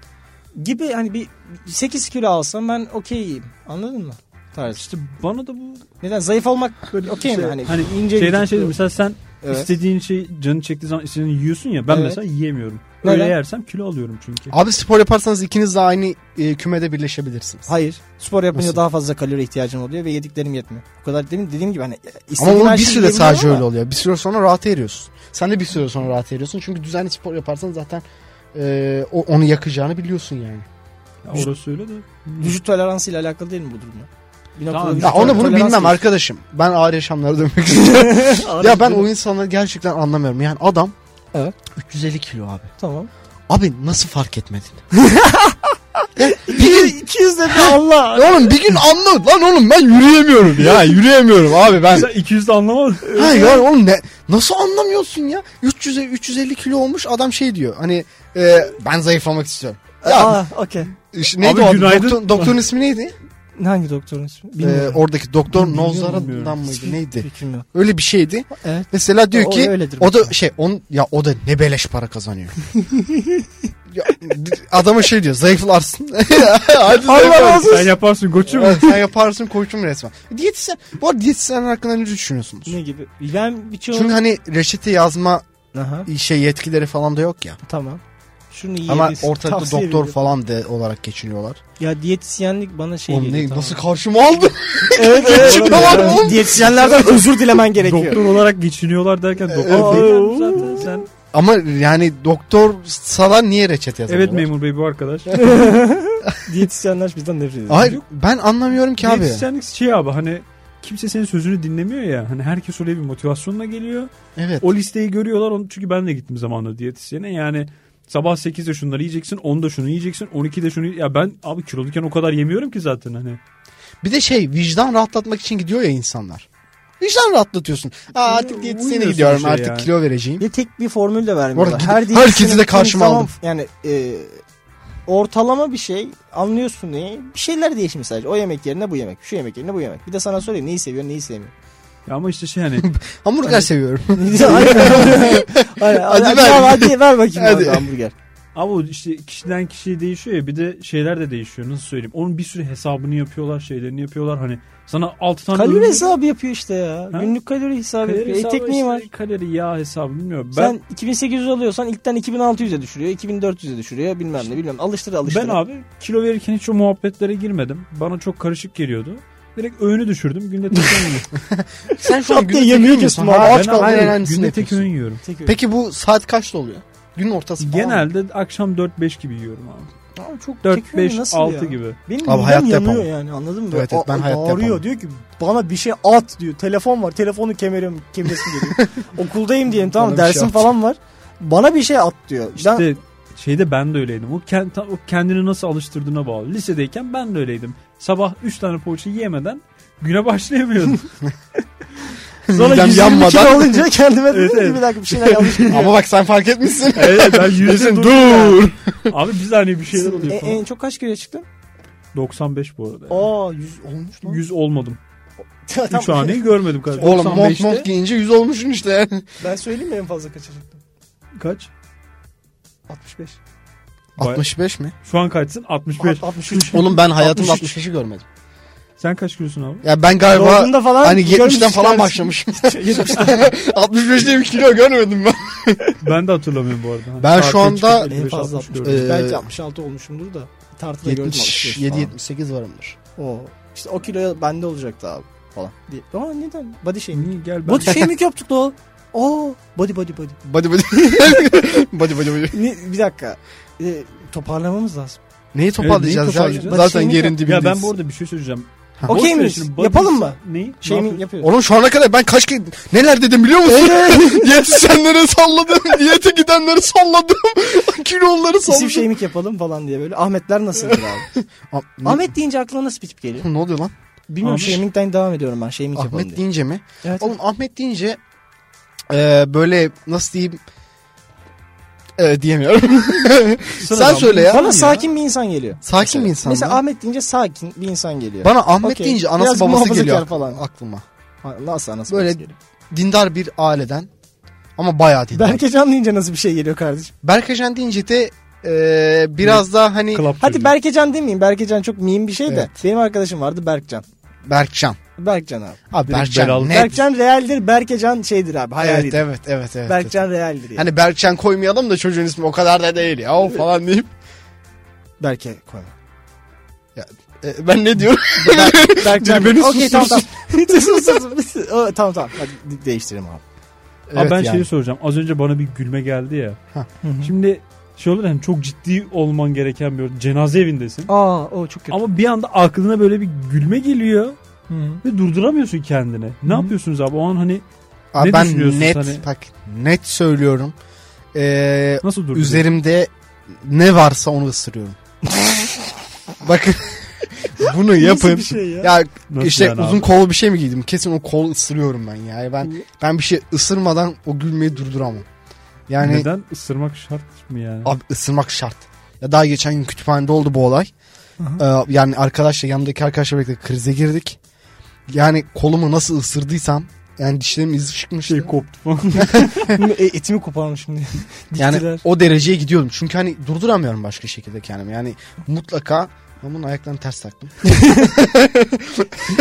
Speaker 1: gibi hani bir 8 kilo alsam ben okeyim. Anladın mı? Tarzı.
Speaker 2: İşte bana da bu
Speaker 1: Neden zayıf olmak
Speaker 2: böyle bir
Speaker 1: okey mi?
Speaker 2: şey-
Speaker 1: Hani,
Speaker 2: hani
Speaker 1: ince
Speaker 2: şeyden
Speaker 1: vücutlu-
Speaker 2: şey mesela sen
Speaker 1: Evet.
Speaker 2: istediğin şey canı çektiği zaman istediğini yiyorsun ya ben
Speaker 1: Evet.
Speaker 2: mesela yiyemiyorum. Öyle
Speaker 1: Neden?
Speaker 2: yersem kilo alıyorum çünkü.
Speaker 3: Abi spor yaparsanız ikiniz de aynı e, kümede birleşebilirsiniz.
Speaker 1: Hayır. Spor yapınca
Speaker 3: Nasıl?
Speaker 1: daha fazla kalori ihtiyacım oluyor ve yediklerim yetmiyor. O kadar demin dediğim gibi hani
Speaker 3: Ama
Speaker 1: istediğin
Speaker 3: onun
Speaker 1: her
Speaker 3: bir
Speaker 1: şeyi
Speaker 3: süre sadece
Speaker 1: yiyebiliyorum
Speaker 3: öyle
Speaker 1: ama
Speaker 3: oluyor. Bir süre sonra rahat eriyorsun. Sen de bir süre sonra rahat eriyorsun. Çünkü düzenli spor yaparsan zaten e, o, onu yakacağını biliyorsun yani.
Speaker 2: Ya orası öyle de.
Speaker 1: Vücut toleransıyla alakalı değil mi bu durum ya? Bir
Speaker 2: Tamam,
Speaker 1: noktada
Speaker 2: ya
Speaker 3: Ya
Speaker 1: vücut
Speaker 3: onu bunu
Speaker 1: toleransı
Speaker 3: bilmem
Speaker 1: yok.
Speaker 3: arkadaşım. Ben ağır yaşamlara dönmek istiyorum. ya ben o insanları gerçekten anlamıyorum. Yani adam
Speaker 1: Evet.
Speaker 3: 350 kilo abi.
Speaker 1: Tamam.
Speaker 3: Abi nasıl fark etmedin? bir gün,
Speaker 1: 200 dedi Allah.
Speaker 3: Ya oğlum bir gün anlat lan oğlum ben yürüyemiyorum ya yürüyemiyorum abi ben.
Speaker 2: Sen 200 de anlamadın.
Speaker 3: Ha ya oğlum ne nasıl anlamıyorsun ya? 300 e 350 kilo olmuş adam şey diyor. Hani e, ben zayıflamak istiyorum. Ya
Speaker 1: Aa, okey.
Speaker 3: iş- neydi
Speaker 2: Abi
Speaker 3: o?
Speaker 2: günaydın.
Speaker 3: Doktor, doktorun ismi neydi?
Speaker 1: Hangi doktorun ismi?
Speaker 3: E,
Speaker 1: Bilmiyorum.
Speaker 3: oradaki doktor
Speaker 2: Bilmiyorum,
Speaker 3: Nozara'dan
Speaker 2: bilmiyorum.
Speaker 3: mıydı neydi?
Speaker 1: Fikrim yok.
Speaker 3: Öyle bir şeydi.
Speaker 1: Evet.
Speaker 3: Mesela diyor
Speaker 1: O
Speaker 3: ki
Speaker 1: öyledir
Speaker 3: o da
Speaker 1: mesela.
Speaker 3: şey on ya o da ne beleş para kazanıyor. ya, adama şey diyor zayıflarsın. Hadi zayıflarsın.
Speaker 2: Sen yaparsın koçum.
Speaker 3: Evet, sen yaparsın koçum resmen. Diyetisyen, bu arada diyetisyenler hakkında ne düşünüyorsunuz?
Speaker 1: Ne gibi? Ben birçok...
Speaker 3: Çünkü hani reçete yazma
Speaker 1: Aha,
Speaker 3: şey yetkileri falan da yok ya.
Speaker 1: tamam. Şunu
Speaker 3: Ama
Speaker 1: yiyebilirsin.
Speaker 3: ortalıkta
Speaker 1: Tavsiye
Speaker 3: doktor
Speaker 1: veriyorum.
Speaker 3: falan de olarak geçiniyorlar.
Speaker 1: Ya diyetisyenlik bana şey
Speaker 3: Oğlum ne,
Speaker 1: geliyor. tamam.
Speaker 3: nasıl karşıma aldı?
Speaker 1: Evet, evet,
Speaker 3: Geçiniyorlar
Speaker 1: evet.
Speaker 3: oğlum.
Speaker 1: Diyetisyenlerden özür dilemen gerekiyor.
Speaker 2: Doktor olarak geçiniyorlar derken doktor
Speaker 3: evet.
Speaker 2: değil. zaten sen.
Speaker 3: Ama yani doktor sana niye reçete yazıyorlar?
Speaker 2: Evet memur bey bu arkadaş.
Speaker 1: Diyetisyenler bizden nefret ediyor.
Speaker 3: Hayır ben anlamıyorum ki abi.
Speaker 2: Diyetisyenlik şey abi hani kimse senin sözünü dinlemiyor ya. Hani herkes oraya bir motivasyonla geliyor.
Speaker 3: Evet.
Speaker 2: O listeyi görüyorlar. Onu, çünkü ben de gittim zamanında diyetisyene. Yani sabah 8'de şunları yiyeceksin. 10'da şunu yiyeceksin. 12'de şunu Ya ben abi kiloluyken o kadar yemiyorum ki zaten hani.
Speaker 3: Bir de şey vicdan rahatlatmak için gidiyor ya insanlar. Vicdan rahatlatıyorsun. Aa, artık diyetisyene
Speaker 2: Uymuyorsun
Speaker 3: gidiyorum
Speaker 2: bir şey
Speaker 3: artık
Speaker 2: yani.
Speaker 3: kilo vereceğim.
Speaker 1: Bir tek bir formül de
Speaker 3: Bu
Speaker 1: vermiyorlar.
Speaker 3: arada
Speaker 1: Her
Speaker 3: gidip
Speaker 1: diyetisyenin
Speaker 3: herkesi de karşıma
Speaker 1: tamam,
Speaker 3: aldım.
Speaker 1: Yani e, ortalama bir şey anlıyorsun diye. Bir şeyler değişmiş sadece. O yemek yerine bu yemek. Şu yemek yerine bu yemek. Bir de sana soruyor neyi seviyor neyi sevmiyor.
Speaker 2: Ya ama işte şey hani
Speaker 3: Hamburger seviyorum.
Speaker 1: Aynen. Aynen.
Speaker 3: Hadi
Speaker 1: Hadi,
Speaker 3: ver.
Speaker 1: ver. Hadi ver bakayım
Speaker 3: Hadi.
Speaker 1: abi hamburger.
Speaker 2: Abi o işte kişiden kişiye değişiyor ya bir de şeyler de değişiyor nasıl söyleyeyim. Onun bir sürü hesabını yapıyorlar şeylerini yapıyorlar hani sana 6 tane
Speaker 1: Kalori
Speaker 2: ürün-
Speaker 1: hesabı yapıyor işte ya.
Speaker 2: Ha?
Speaker 1: Günlük kalori hesabı
Speaker 2: Kalori
Speaker 1: yapıyor. E,
Speaker 2: hesabı
Speaker 1: tekniği
Speaker 2: işte,
Speaker 1: var.
Speaker 2: Kalori yağ hesabı bilmiyorum. Ben,
Speaker 1: Sen 2800 alıyorsan ilkten 2600'e düşürüyor. 2400'e düşürüyor. Bilmem ne bilmem. Alıştır alıştır.
Speaker 2: ben abi kilo verirken hiç o muhabbetlere girmedim. Bana çok karışık geliyordu. Direkt öğünü düşürdüm. Günde tek öğün yiyorum.
Speaker 3: Sen şu
Speaker 1: Şap
Speaker 3: an
Speaker 1: diye
Speaker 3: günlük
Speaker 1: yemeği
Speaker 3: yiyor musun?
Speaker 1: kestim abi.
Speaker 3: Ha, aç
Speaker 2: Ben
Speaker 3: kaldın,
Speaker 2: abi
Speaker 3: en önemlisini
Speaker 2: günde tek
Speaker 3: yapıyorsun.
Speaker 2: öğün yiyorum.
Speaker 1: Tek öyle.
Speaker 3: Peki bu saat kaçta oluyor? Günün ortası falan. mı?
Speaker 2: Genelde akşam 4-5 gibi yiyorum abi.
Speaker 1: Abi çok tek öyle nasıl
Speaker 2: 4-5-6
Speaker 1: ya?
Speaker 2: gibi.
Speaker 1: Benim
Speaker 3: Abi
Speaker 1: midem
Speaker 3: hayatta
Speaker 1: yanıyor
Speaker 3: yapamam.
Speaker 1: yani anladın mı?
Speaker 3: Evet, evet, ben
Speaker 1: A-
Speaker 3: hayatta
Speaker 1: Ağrıyor
Speaker 3: yapamam.
Speaker 1: diyor ki bana bir şey at diyor. Telefon var telefonu kemerim kemesim geliyor. Okuldayım diyelim tamam
Speaker 3: Bana
Speaker 1: mı?
Speaker 3: bir şey
Speaker 1: dersim
Speaker 3: at.
Speaker 1: falan var. Bana bir şey at diyor. İşte
Speaker 2: İşte şeyde ben de öyleydim. O, kend, o kendini nasıl alıştırdığına bağlı. Lisedeyken ben de öyleydim. Sabah 3 tane poğaça yemeden güne başlayamıyordum.
Speaker 1: sonra
Speaker 3: midem
Speaker 1: 120
Speaker 3: yanmadan-
Speaker 1: kilo olunca kendime dedim
Speaker 2: Evet,
Speaker 1: ki
Speaker 2: evet.
Speaker 1: bir dakika bir şeyler yanlış gidiyor.
Speaker 3: Ama bak sen fark etmişsin.
Speaker 2: evet ben
Speaker 3: Desin,
Speaker 2: yüzüm dur.
Speaker 3: dur.
Speaker 2: Abi biz de hani bir şeyler
Speaker 1: E,
Speaker 2: oluyor
Speaker 1: en
Speaker 2: falan.
Speaker 1: çok kaç kiloya çıktın?
Speaker 2: 95 bu arada.
Speaker 1: Aa 100 olmuş lan.
Speaker 2: 100 olmadım.
Speaker 1: Ya,
Speaker 2: 3
Speaker 1: E, tamam.
Speaker 2: haneyi görmedim kardeşim.
Speaker 3: Oğlum mont
Speaker 2: 95'te
Speaker 3: mont giyince yüz olmuşsun işte.
Speaker 1: Ben söyleyeyim mi en fazla kaça çıktım?
Speaker 2: kaç?
Speaker 1: 65.
Speaker 2: Baya-
Speaker 3: 65 mi?
Speaker 2: Şu an kaçsın? 65.
Speaker 1: Alt- 63.
Speaker 3: Oğlum ben hayatımda
Speaker 1: 63.
Speaker 3: 65'i görmedim.
Speaker 2: Sen kaç kilosun abi?
Speaker 3: Ya ben galiba
Speaker 1: Doğduğunda falan
Speaker 3: hani 70'ten
Speaker 1: görmüşler.
Speaker 3: falan başlamışım.
Speaker 1: 70'ten.
Speaker 3: 65 diye bir kilo görmedim ben.
Speaker 2: Ben de hatırlamıyorum bu arada. Hani
Speaker 3: Ben
Speaker 2: saat
Speaker 3: şu
Speaker 2: kaç
Speaker 3: anda-
Speaker 2: çıkıyor?
Speaker 1: en
Speaker 2: 55,
Speaker 1: fazla
Speaker 2: 64.
Speaker 1: 64.
Speaker 3: Ee,
Speaker 1: Belki 66 olmuşumdur da. Tartıda gördüm 65 falan.
Speaker 3: 77-78 varımdır.
Speaker 1: O. İşte o kilo bende olacaktı abi falan. Diye. Aa neden? Body shaming.
Speaker 2: Niye gel ben.
Speaker 1: body shaming yaptık da. Oo body body body.
Speaker 3: Body body. body body body.
Speaker 1: Ne, bir dakika. Ee, toparlamamız lazım.
Speaker 3: Neyi toparlayacağız?
Speaker 2: toparlayacağız?
Speaker 3: Zaten
Speaker 1: Body
Speaker 3: yerin dibindeyiz.
Speaker 2: Ya ben bu arada bir şey söyleyeceğim. Boş
Speaker 1: Okey
Speaker 2: ver
Speaker 1: miyiz?
Speaker 2: şimdi, Budweiser-
Speaker 1: Yapalım mı?
Speaker 2: Neyi? Ne
Speaker 1: Şeyini
Speaker 2: yapıyoruz?
Speaker 1: yapıyoruz.
Speaker 3: Oğlum şu ana kadar ben kaç kere neler dedim biliyor musun? Diyetisyenlere salladım, diyete gidenleri salladım, kiloluları salladım.
Speaker 1: İsim şey- şeyimik yapalım falan diye böyle. Ahmetler nasıldır abi?
Speaker 3: Ah-
Speaker 1: Ahmet deyince aklına nasıl bir tip geliyor?
Speaker 3: ne oluyor lan?
Speaker 1: Bilmiyorum
Speaker 2: Ahmet.
Speaker 1: şeyimikten devam ediyorum ben. Şeyimik yapalım
Speaker 3: Ahmet
Speaker 1: diye.
Speaker 3: deyince mi?
Speaker 1: Evet.
Speaker 3: Oğlum Ahmet deyince e, böyle nasıl diyeyim e, diyemiyorum.
Speaker 2: Sıradan
Speaker 3: Sen söyle
Speaker 2: bir
Speaker 3: ya.
Speaker 2: insan
Speaker 1: Bana sakin bir insan geliyor.
Speaker 3: Sakin bir insan.
Speaker 1: Mesela
Speaker 3: mı?
Speaker 1: Ahmet deyince sakin bir insan geliyor.
Speaker 3: Bana Ahmet
Speaker 1: Okey.
Speaker 3: deyince anası
Speaker 1: Biraz
Speaker 3: babası
Speaker 1: muhafazakar
Speaker 3: geliyor
Speaker 1: falan.
Speaker 3: aklıma.
Speaker 1: Ha, Nasıl anası
Speaker 3: Böyle-
Speaker 1: babası geliyor?
Speaker 3: Dindar bir aileden ama bayağı dindar.
Speaker 1: Berkecan deyince nasıl bir şey geliyor kardeşim?
Speaker 3: Berkecan deyince de e, biraz daha hani
Speaker 2: Club
Speaker 1: Hadi
Speaker 2: çocuğu.
Speaker 1: Berkecan demeyeyim. Berkecan çok miyim bir şey de.
Speaker 3: Evet.
Speaker 1: Benim arkadaşım vardı Berkcan.
Speaker 3: Berkcan.
Speaker 1: Berkcan abi.
Speaker 3: Abi
Speaker 2: Direkt belalı.
Speaker 3: Berkcan ne?
Speaker 1: Berkcan realdir, Berkecan şeydir abi.
Speaker 3: Evet
Speaker 1: Hayalidir.
Speaker 3: evet evet evet.
Speaker 1: Berkcan realdir yani.
Speaker 3: Hani Berkcan koymayalım da çocuğun ismi o kadar da değil ya o falan deyip.
Speaker 1: Berke koyma.
Speaker 3: E, ben ne diyorum?
Speaker 1: Ber- Berkcan.
Speaker 3: Beni
Speaker 1: Okey
Speaker 3: sustursun.
Speaker 1: tamam tamam. Sus, sus, sus. O, tamam tamam. Hadi de- değiştirelim abi.
Speaker 2: Abi
Speaker 1: şey
Speaker 2: ben
Speaker 3: yani.
Speaker 2: şeyi soracağım. Az önce bana bir gülme geldi ya.
Speaker 1: hı.
Speaker 2: Şimdi şey olur hani çok ciddi olman gereken bir cenaze evindesin.
Speaker 1: Aa o çok kötü.
Speaker 2: Ama bir anda aklına böyle bir gülme geliyor ve durduramıyorsun kendini.
Speaker 1: Hı.
Speaker 2: Ne yapıyorsunuz abi? O an hani
Speaker 3: Abi
Speaker 2: Ne
Speaker 3: ben
Speaker 2: düşünüyorsun
Speaker 3: net
Speaker 2: hani?
Speaker 3: bak net söylüyorum. Ee,
Speaker 2: nasıl durduruyorsun?
Speaker 3: üzerimde ne varsa onu ısırıyorum. Bakın bunu yapın.
Speaker 1: bir şey ya?
Speaker 3: Ya
Speaker 2: Nasıl
Speaker 3: işte
Speaker 2: yani abi?
Speaker 3: uzun kollu bir şey mi giydim? Kesin o kol ısırıyorum ben yani. Ben ben bir şey ısırmadan o gülmeyi durduramam. Yani
Speaker 2: Neden ısırmak şart mı yani?
Speaker 3: Abi ısırmak şart. Ya daha geçen gün kütüphanede oldu bu olay. Ee, yani arkadaşla yanımdaki arkadaşla birlikte krize girdik. Yani kolumu nasıl ısırdıysam yani dişlerim izi çıkmıştı.
Speaker 2: şey koptu falan.
Speaker 1: E, etimi koparmışım diye.
Speaker 3: yani
Speaker 1: diktiler.
Speaker 3: o dereceye gidiyordum. Çünkü hani durduramıyorum başka şekilde kendimi. Yani mutlaka ben bunun ayaklarını ters taktım.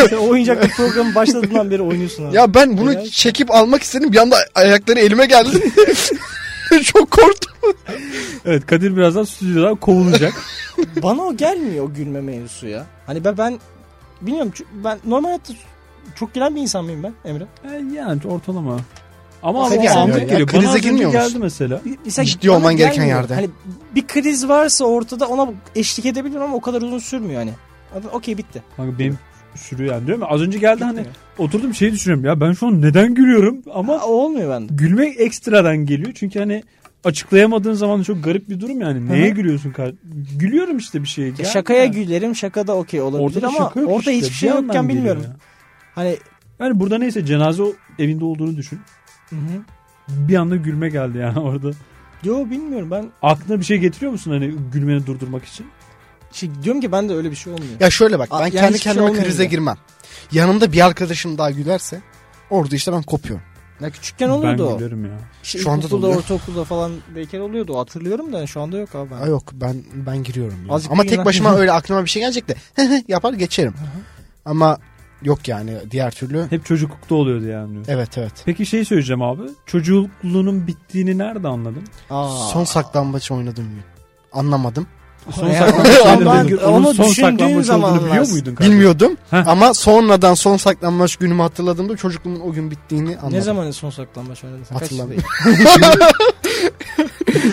Speaker 1: Sen oyuncaklık programı başladığından beri oynuyorsun abi.
Speaker 3: Ya ben bunu
Speaker 1: Helal.
Speaker 3: çekip almak istedim. Bir anda ayakları elime geldi. Çok korktum.
Speaker 2: evet Kadir birazdan stüdyodan kovulacak.
Speaker 1: Bana o gelmiyor o gülme mevzusu ya. Hani ben, ben bilmiyorum çünkü ben normal hayatta çok gülen bir insan mıyım ben Emre?
Speaker 2: E, yani ortalama. Ama
Speaker 3: Hadi
Speaker 2: abi o
Speaker 3: yani
Speaker 2: anlık
Speaker 3: ya,
Speaker 2: geliyor.
Speaker 3: krize
Speaker 2: Bana az önce
Speaker 3: girmiyor musun?
Speaker 2: geldi mesela.
Speaker 1: Bir- mesela
Speaker 3: Ciddi
Speaker 1: bana
Speaker 3: olman gereken
Speaker 1: gelmiyor.
Speaker 3: yerde.
Speaker 1: Hani bir kriz varsa ortada ona eşlik edebilirim ama o kadar uzun sürmüyor hani. Adam, Okey bitti.
Speaker 2: Kanka benim sürüyor yani diyorum ya. Az önce geldi
Speaker 1: Bitti
Speaker 2: hani
Speaker 1: mi?
Speaker 2: oturdum şey düşünüyorum ya ben şu an neden gülüyorum ama
Speaker 1: Ama o olmuyor bende.
Speaker 2: gülmek ekstradan geliyor. Çünkü hani açıklayamadığın zaman çok garip bir durum yani. Neye
Speaker 1: Hı hı.
Speaker 2: gülüyorsun? kar- Gülüyorum işte bir şeye.
Speaker 1: Ya
Speaker 2: Gel-
Speaker 1: şakaya
Speaker 2: Yani.
Speaker 1: gülerim şakada okey olabilir
Speaker 2: Ortada
Speaker 1: ama
Speaker 2: şaka yok
Speaker 1: orada
Speaker 2: işte.
Speaker 1: hiçbir şey
Speaker 2: Bir yandan
Speaker 1: yokken
Speaker 2: geliyor
Speaker 1: bilmiyorum.
Speaker 2: ya.
Speaker 1: Hani
Speaker 2: Yani burada neyse cenaze o- evinde olduğunu düşün.
Speaker 1: hı hı.
Speaker 2: Bir anda gülme geldi yani orada.
Speaker 1: yo bilmiyorum ben
Speaker 2: Aklına bir şey getiriyor musun hani gülmeni durdurmak için?
Speaker 1: şey, diyorum ki bende öyle bir şey olmuyor.
Speaker 3: Ya şöyle bak ben
Speaker 1: Aa, yani
Speaker 3: kendi
Speaker 1: hiçbir şey
Speaker 3: kendime
Speaker 1: olmuyor
Speaker 3: krize
Speaker 1: bile.
Speaker 3: girmem. Yanımda bir arkadaşım daha gülerse orada işte ben kopuyorum.
Speaker 1: Ya küçükken oluyordu
Speaker 2: ben
Speaker 1: o.
Speaker 2: gülerim ya.
Speaker 1: Şey,
Speaker 3: Şu anda da
Speaker 1: ilkokulda,
Speaker 3: oluyor.
Speaker 1: ortaokulda falan belki oluyordu. Hatırlıyorum da şu anda yok abi.
Speaker 3: Aa, yok ben ben giriyorum. ya.
Speaker 1: Azıcık
Speaker 3: Ama
Speaker 1: bir
Speaker 3: tek
Speaker 1: yana-
Speaker 3: başıma öyle aklıma bir şey gelecek de yapar geçerim. Ama yok yani diğer türlü.
Speaker 2: Hep çocuklukta oluyordu yani. diyor.
Speaker 3: Evet evet.
Speaker 2: Peki şey söyleyeceğim abi. Çocukluğunun bittiğini nerede anladın?
Speaker 1: Aa.
Speaker 3: Son saklambaç oynadım gün. Anlamadım.
Speaker 2: Son
Speaker 1: Ya,
Speaker 2: saklambaç
Speaker 1: ondan-
Speaker 2: oynadığın gün,
Speaker 1: onu
Speaker 2: onun son
Speaker 1: düşündüğün
Speaker 2: saklambaç olduğunu
Speaker 1: zamanlar-
Speaker 2: biliyor muydun? kardeşim?
Speaker 3: Bilmiyordum
Speaker 2: Heh.
Speaker 3: ama sonradan son saklambaç günümü hatırladığımda çocukluğumun o gün bittiğini anladım.
Speaker 1: Ne zaman en son saklambaç oynadın? sen? Kaç
Speaker 3: Hatırlamıyorum.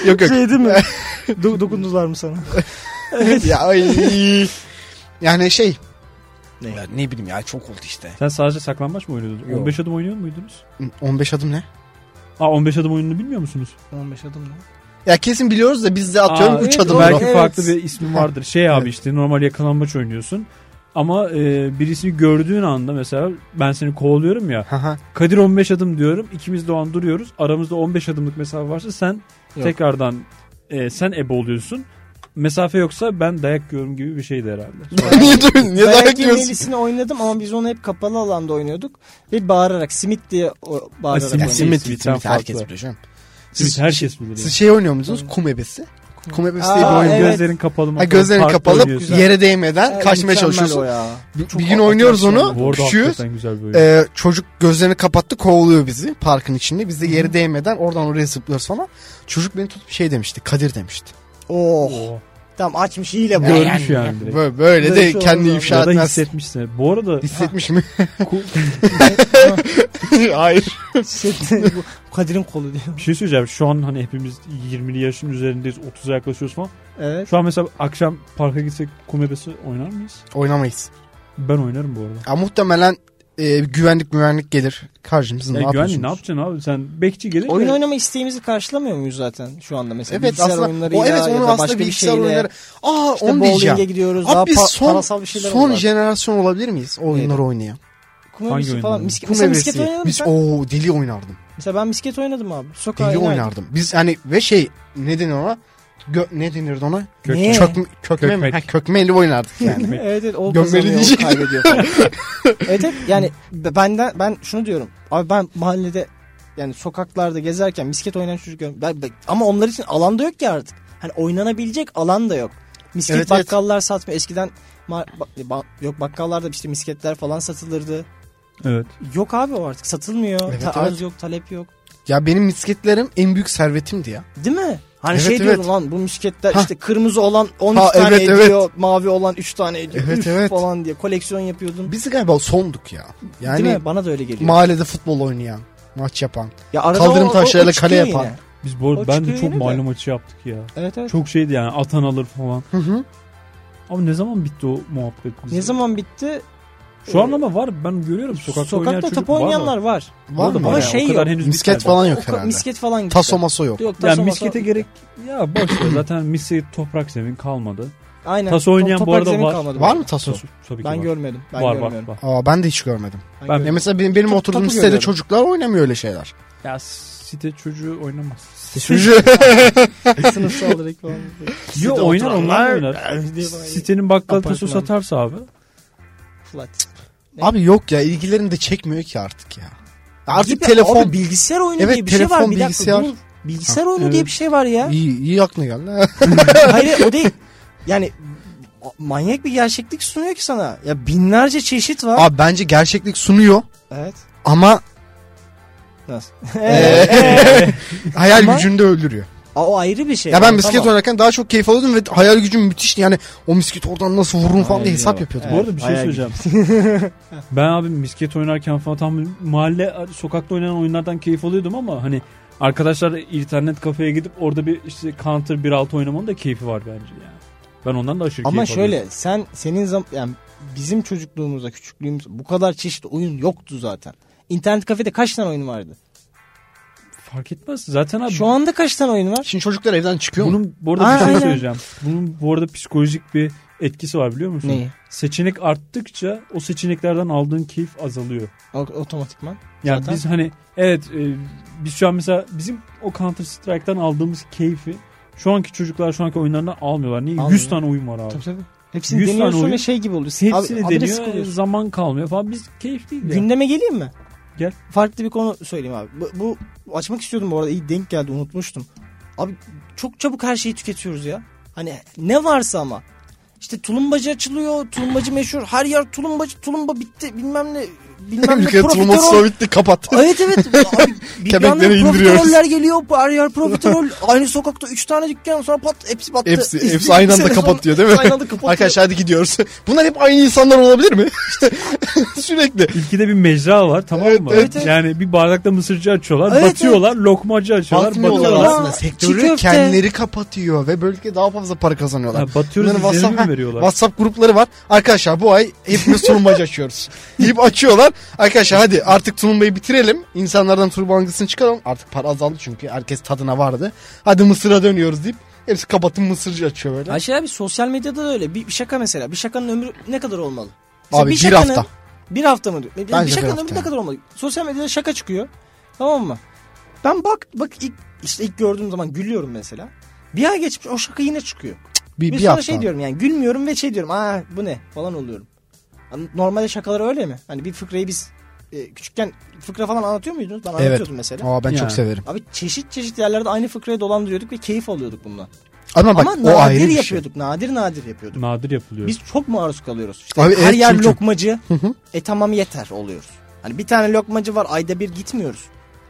Speaker 3: yok yok.
Speaker 1: Şey değil mi? Do- dokundular mı sana?
Speaker 3: ya, ay. Yani şey
Speaker 1: Ne?
Speaker 3: ya ne bileyim ya çok oldu işte.
Speaker 2: Sen sadece saklambaç mı oynuyordun?
Speaker 3: Yok.
Speaker 2: 15 adım oynuyor muydunuz?
Speaker 3: 15 adım ne?
Speaker 2: Aa 15 adım oyununu bilmiyor musunuz?
Speaker 1: 15 adım ne?
Speaker 3: Ya kesin biliyoruz da biz de atıyorum
Speaker 2: Aa,
Speaker 3: 3
Speaker 1: evet,
Speaker 3: adım.
Speaker 1: doğru.
Speaker 2: Belki
Speaker 3: var.
Speaker 1: Evet.
Speaker 2: farklı bir ismi vardır. Şey abi
Speaker 3: Evet.
Speaker 2: işte normal yakalanmaç oynuyorsun. Ama e, birisini gördüğün anda mesela ben seni kovalıyorum ya.
Speaker 3: Hı hı.
Speaker 2: Kadir 15 adım diyorum. İkimiz de o an duruyoruz. Aramızda 15 adımlık mesafe varsa sen
Speaker 1: Yok.
Speaker 2: tekrardan e, sen ebe oluyorsun. Mesafe yoksa ben dayak yiyorum gibi bir şeydi herhalde.
Speaker 3: niye duruyorsun? Niye
Speaker 1: Dayak
Speaker 3: dayak yiyorsun?
Speaker 1: yemelisini oynadım ama biz onu hep kapalı alanda oynuyorduk. Ve bağırarak simit diye o- bağırarak
Speaker 2: simit.
Speaker 3: Ya
Speaker 1: oynadık.
Speaker 3: simit,
Speaker 2: Simitten
Speaker 3: simit herkes
Speaker 2: farklı.
Speaker 3: biliyor canım.
Speaker 2: Siz
Speaker 3: Siz,
Speaker 2: herkes bilir.
Speaker 3: siz şey oynuyor musunuz? Kum ebesi. Kum ebesi diye bir
Speaker 1: Aa,
Speaker 3: oyun.
Speaker 1: evet.
Speaker 2: Gözlerin kapalı.
Speaker 3: Ha,
Speaker 2: mapalı,
Speaker 3: gözlerini
Speaker 2: parkta
Speaker 3: kapalı
Speaker 2: oynuyorsun.
Speaker 3: yere değmeden
Speaker 1: Evet,
Speaker 3: kaçmaya
Speaker 1: mükemmel o
Speaker 3: çalışıyorsun.
Speaker 1: ya.
Speaker 3: Bir,
Speaker 1: Çok
Speaker 3: bir gün oynuyoruz
Speaker 1: atraksiyon
Speaker 3: onu.
Speaker 2: Bu arada
Speaker 3: Küçüğüz.
Speaker 2: hakikaten güzel bir oyun.
Speaker 3: Ee, çocuk gözlerini kapattı kovalıyor bizi parkın içinde. Biz de yere değmeden oradan oraya zıplıyoruz falan. Çocuk beni tutup şey demişti. Kadir demişti.
Speaker 1: Oh.
Speaker 2: Oo.
Speaker 1: Tam açmış hile bu.
Speaker 2: Görmüş yani direkt.
Speaker 3: Böyle, böyle
Speaker 1: Böyle
Speaker 3: de
Speaker 1: şey
Speaker 3: kendini
Speaker 1: olur
Speaker 3: ifşa
Speaker 2: Ya da
Speaker 3: etmez.
Speaker 2: hissetmişsin. Bu arada
Speaker 3: Hissetmiş mi?
Speaker 2: ku-
Speaker 3: Hayır.
Speaker 1: Bu Kadir'in kolu diyor.
Speaker 2: bir şey söyleyeceğim. Şu an hani hepimiz 20'li yaşın üzerindeyiz. 30'a yaklaşıyoruz falan.
Speaker 1: Evet.
Speaker 2: Şu an mesela akşam parka gitsek kumebesi oynar mıyız?
Speaker 3: Oynamayız.
Speaker 2: Ben oynarım bu arada.
Speaker 3: Ya muhtemelen e, güvenlik güvenlik gelir. Karşımızın
Speaker 2: Ya
Speaker 3: ne
Speaker 2: E, güvenli
Speaker 3: yapıyorsunuz?
Speaker 2: ne yapacaksın abi? Sen bekçi gelir
Speaker 1: Oyun
Speaker 2: de-
Speaker 1: oynama isteğimizi karşılamıyor muyuz zaten şu anda mesela?
Speaker 3: Evet aslında o evet onu aslında bilgisayar oyunları. Aa
Speaker 1: İşte
Speaker 3: onu diyeceğim.
Speaker 1: bowling'e gidiyoruz. daha
Speaker 3: Abi biz
Speaker 1: pa-
Speaker 3: son
Speaker 1: parasal bir şeyler
Speaker 3: son
Speaker 1: var.
Speaker 3: jenerasyon olabilir miyiz o oyunları oynayan?
Speaker 1: Kumar
Speaker 2: Hangi
Speaker 1: birisi
Speaker 2: oyunları?
Speaker 1: falan. Misket,
Speaker 3: Kum
Speaker 1: mesela misket
Speaker 3: evresi.
Speaker 1: oynadım
Speaker 3: Biz
Speaker 1: ben.
Speaker 3: o deli oynardım.
Speaker 1: Mesela ben misket oynadım abi. Sokağa
Speaker 3: Deli
Speaker 1: inerdim.
Speaker 3: oynardım. Biz hani ve şey ne denir ona? Gö- ne denirdi ona?
Speaker 2: Kök-
Speaker 1: Niye?
Speaker 3: Çökme, kökme mi?
Speaker 2: Kökmek.
Speaker 3: Ha, kökmeli oynardık yani.
Speaker 2: Kökmek.
Speaker 1: Evet evet o
Speaker 3: Gömmeli
Speaker 1: kazanıyor
Speaker 3: diyecek.
Speaker 1: o kaybediyor falan. evet evet yani b- benden ben şunu diyorum. Abi ben mahallede yani sokaklarda gezerken misket oynayan çocuk görüyorum. Ben- ben- ama onlar için alan da yok ki artık. Hani oynanabilecek alan da yok. Misket
Speaker 3: Evet, evet.
Speaker 1: bakkallar satmıyor. Eskiden ma- ba- ba- yok bakkallarda işte misketler falan satılırdı.
Speaker 2: Evet.
Speaker 1: Yok abi o artık satılmıyor.
Speaker 3: Evet,
Speaker 1: Ta-
Speaker 3: evet.
Speaker 1: Arz yok talep yok.
Speaker 3: ya benim misketlerim en büyük servetimdi ya.
Speaker 1: Değil mi? Hani
Speaker 3: Evet,
Speaker 1: şey
Speaker 3: evet.
Speaker 1: diyorum lan bu misketler
Speaker 3: Hah.
Speaker 1: işte kırmızı olan 13
Speaker 3: Ha,
Speaker 1: tane
Speaker 3: evet,
Speaker 1: ediyor, mavi olan 3 tane ediyor
Speaker 3: Evet,
Speaker 1: üf
Speaker 3: evet.
Speaker 1: falan diye koleksiyon yapıyordun.
Speaker 3: Biz galiba sonduk ya.
Speaker 1: Değil
Speaker 3: Yani
Speaker 1: mi? Bana da öyle geliyor.
Speaker 3: mahallede futbol oynayan, maç yapan.
Speaker 1: ya arada
Speaker 3: kaldırım
Speaker 1: o- o-
Speaker 3: taşlarıyla
Speaker 1: o çıkıyor
Speaker 3: kale yapan.
Speaker 1: yine.
Speaker 2: Biz bu arada
Speaker 1: O
Speaker 2: ben de
Speaker 1: çıkıyor
Speaker 2: çok
Speaker 1: yine de.
Speaker 2: mahalle maçı yaptık ya.
Speaker 1: Evet evet.
Speaker 2: Çok şeydi yani atan alır falan.
Speaker 3: Hı hı.
Speaker 2: Abi ne zaman bitti o muhabbet bizim?
Speaker 1: Ne zaman bitti?
Speaker 2: Şu an ama var ben görüyorum sokakta, oynayan
Speaker 1: Sokakta
Speaker 2: çocuk
Speaker 1: top oynayanlar
Speaker 2: var.
Speaker 1: var.
Speaker 3: Var
Speaker 2: Orada
Speaker 3: mı?
Speaker 1: Ama
Speaker 2: ya,
Speaker 3: ya?
Speaker 1: şey
Speaker 2: o kadar
Speaker 1: yok.
Speaker 2: henüz
Speaker 3: misket
Speaker 2: bitmedi.
Speaker 3: falan
Speaker 1: O
Speaker 3: yok
Speaker 1: ka-
Speaker 3: herhalde.
Speaker 1: Misket falan gitti.
Speaker 3: Taso maso yok.
Speaker 1: Yok, taso
Speaker 2: Yani
Speaker 1: maso-
Speaker 2: miskete gerek ya boş ver zaten misket toprak zemin kalmadı.
Speaker 1: Aynen.
Speaker 2: Taso oynayan
Speaker 1: Top-
Speaker 2: bu arada
Speaker 1: toprak zemin
Speaker 2: var.
Speaker 1: kalmadı.
Speaker 3: Var mı taso?
Speaker 2: Tabii ki
Speaker 1: Ben
Speaker 2: var.
Speaker 1: görmedim. Ben
Speaker 2: var, var
Speaker 1: görmüyorum.
Speaker 2: var.
Speaker 3: Aa ben de hiç görmedim.
Speaker 1: Ben
Speaker 2: Ben-
Speaker 3: Ya
Speaker 1: görmedim.
Speaker 3: mesela benim, benim
Speaker 1: Top-
Speaker 3: oturduğum
Speaker 1: topu
Speaker 3: sitede
Speaker 1: görüyorum.
Speaker 3: çocuklar oynamıyor öyle şeyler.
Speaker 2: Ya site çocuğu oynamaz.
Speaker 3: Çocuğu-
Speaker 1: Sınıfsal direkt falan.
Speaker 2: Yo
Speaker 3: Site
Speaker 2: oynar onlar
Speaker 3: oturanlar-
Speaker 2: oynar. Sitenin bakkal taso
Speaker 1: Apartman.
Speaker 2: satarsa abi.
Speaker 1: Flat.
Speaker 3: Abi yok ya ilgilerini de çekmiyor ki artık ya. Artık
Speaker 1: Gibi
Speaker 3: telefon
Speaker 1: Abi, bilgisayar oyunu
Speaker 3: Evet,
Speaker 1: diye bir şey var.
Speaker 3: telefon,
Speaker 1: Bir
Speaker 3: bilgisayar.
Speaker 1: dakika dur. Bilgisayar oyunu
Speaker 2: evet.
Speaker 1: diye bir şey var ya.
Speaker 3: iyi, iyi aklına geldi.
Speaker 1: Hayır o değil. Yani ma- manyak bir gerçeklik sunuyor ki sana. Ya binlerce çeşit var.
Speaker 3: Abi bence gerçeklik sunuyor
Speaker 1: Evet.
Speaker 3: ama e,
Speaker 1: Nasıl?
Speaker 3: Ee, hayal
Speaker 1: Ama-
Speaker 3: gücünü de öldürüyor.
Speaker 1: Aa, o ayrı bir şey.
Speaker 3: Ya ben
Speaker 1: Tamam,
Speaker 3: misket
Speaker 1: tamam.
Speaker 3: oynarken daha çok keyif alıyordum ve hayal gücüm müthişti. Yani o misket oradan nasıl vururum falan diye
Speaker 1: Aynen
Speaker 3: hesap
Speaker 1: bak.
Speaker 3: yapıyordum.
Speaker 1: Evet,
Speaker 2: Bu arada bir şey
Speaker 1: hayal
Speaker 2: söyleyeceğim. ben abi misket oynarken falan tam mahalle sokakta oynanan oyunlardan keyif alıyordum ama hani arkadaşlar internet kafeye gidip orada bir işte Counter 1.6 oynamanın da keyfi var bence yani. Ben ondan da aşırı
Speaker 1: Ama
Speaker 2: keyif alıyorum.
Speaker 1: şöyle sen senin zam yani bizim çocukluğumuzda küçüklüğümüz bu kadar çeşit oyun yoktu zaten. İnternet kafede kaç tane oyun vardı?
Speaker 2: Fark etmez. Zaten abi
Speaker 1: Şu anda kaç tane oyun var?
Speaker 3: Şimdi çocuklar evden çıkıyor mu?
Speaker 2: bunun bu arada
Speaker 1: Aa,
Speaker 2: bir şey
Speaker 1: aynen.
Speaker 2: söyleyeceğim. Bunun bu arada psikolojik bir etkisi var biliyor musun?
Speaker 1: Neyi?
Speaker 2: Seçenek arttıkça o seçeneklerden aldığın keyif azalıyor.
Speaker 1: O- otomatikman.
Speaker 2: Yani
Speaker 1: Zaten-
Speaker 2: biz hani evet e, biz şu an mesela bizim o Counter Strike'tan aldığımız keyfi şu anki çocuklar şu anki oyunlarından almıyorlar. Niye?
Speaker 1: Almıyor.
Speaker 2: 100 tane oyun var abi.
Speaker 1: Tabii tabii. Hepsini
Speaker 2: 100 tane
Speaker 1: deniyorsun
Speaker 2: oyun.
Speaker 1: ve şey gibi oluyor.
Speaker 2: Hepsini
Speaker 1: Abi- abi de
Speaker 2: deniyor
Speaker 1: sıkılıyorsun.
Speaker 2: zaman kalmıyor falan. Biz keyif değil ya.
Speaker 1: Gündeme geleyim mi?
Speaker 2: Gel.
Speaker 1: Farklı bir konu söyleyeyim abi. Bu, bu- bu açmak istiyordum bu arada iyi denk geldi unutmuştum. Abi çok çabuk her şeyi tüketiyoruz ya. Hani ne varsa ama. İşte tulumbacı açılıyor. Tulumbacı meşhur. Her yer tulumbacı. Tulumba bitti. Bilmem ne. Bilmem ne.
Speaker 3: Ülke
Speaker 1: profiterol.
Speaker 3: tutulması bitti kapat.
Speaker 1: Evet evet. Abi, bir
Speaker 3: Kepekleri
Speaker 1: yandan
Speaker 3: indiriyoruz.
Speaker 1: Profiteroller geliyor. Her yer profiterol. Aynı sokakta 3 tane dükkan sonra pat hepsi battı.
Speaker 3: Hepsi, hepsi aynı
Speaker 1: Bir
Speaker 3: anda
Speaker 1: sene sonra
Speaker 3: kapatıyor değil mi?
Speaker 1: hepsi Aynı anda kapatıyor.
Speaker 3: Arkadaşlar hadi gidiyoruz. Bunlar hep aynı insanlar olabilir mi? İşte sürekli.
Speaker 2: İlkide bir mecra var tamam
Speaker 3: Evet,
Speaker 2: mı?
Speaker 3: evet,
Speaker 1: evet.
Speaker 2: Yani bir bardakta mısırcı açıyorlar,
Speaker 1: Evet,
Speaker 2: batıyorlar, lokmacı açıyorlar,
Speaker 3: Batmıyorlar
Speaker 2: batıyorlar.
Speaker 1: Aa,
Speaker 3: aslında.
Speaker 1: çiğ
Speaker 3: Sektörü
Speaker 1: köfte.
Speaker 3: kendileri kapatıyor ve böylelikle daha fazla para kazanıyorlar.
Speaker 2: Ha, batıyoruz
Speaker 3: Bunların
Speaker 2: izlenimi
Speaker 3: WhatsApp-
Speaker 2: mi veriyorlar?
Speaker 3: WhatsApp grupları var. Arkadaşlar bu ay hepimiz tulumbacı açıyoruz. deyip açıyorlar. Arkadaşlar hadi artık tulumbayı bitirelim. İnsanlardan turbancısını çıkaralım. Artık para azaldı çünkü herkes tadına vardı. Hadi Mısır'a dönüyoruz deyip hepsi kapatın Mısırcı açıyor böyle.
Speaker 1: Ayşe abi sosyal medyada da öyle. Bir, bir şaka mesela. Bir şakanın ömrü ne kadar olmalı?
Speaker 3: Abi, bir
Speaker 1: şakanın-
Speaker 3: hafta.
Speaker 1: Bir hafta mı? diyor?
Speaker 3: Bence
Speaker 1: bir
Speaker 3: bir
Speaker 1: şakanın
Speaker 3: hafta.
Speaker 1: ömrü ne kadar olmalı? Sosyal medyada şaka çıkıyor. Tamam mı? Ben bak bak ilk, işte ilk gördüğüm zaman gülüyorum mesela. Bir ay geçmiş o şaka yine çıkıyor.
Speaker 3: bir,
Speaker 1: Bir,
Speaker 3: bir
Speaker 1: sonra
Speaker 3: hafta.
Speaker 1: şey diyorum yani gülmüyorum ve şey diyorum. Aa bu ne falan oluyorum. Yani Normalde şakalar öyle mi? Hani bir fıkrayı biz e, küçükken fıkra falan anlatıyor muydunuz? Ben anlatıyordum mesela.
Speaker 3: Aa, ben
Speaker 2: Ya.
Speaker 3: çok severim.
Speaker 1: Abi çeşit çeşit yerlerde aynı fıkrayı dolandırıyorduk ve keyif alıyorduk bundan.
Speaker 3: Ama bak
Speaker 1: Ama
Speaker 3: o ayrı
Speaker 1: nadir
Speaker 3: bir şey.
Speaker 1: yapıyorduk. Nadir nadir yapıyorduk.
Speaker 2: Nadir yapılıyor.
Speaker 1: Biz çok maruz kalıyoruz. İşte
Speaker 3: Abi
Speaker 1: her
Speaker 3: evet,
Speaker 1: yer
Speaker 3: çünkü-
Speaker 1: lokmacı. e tamam yeter oluyoruz. Hani bir tane lokmacı var ayda bir gitmiyoruz.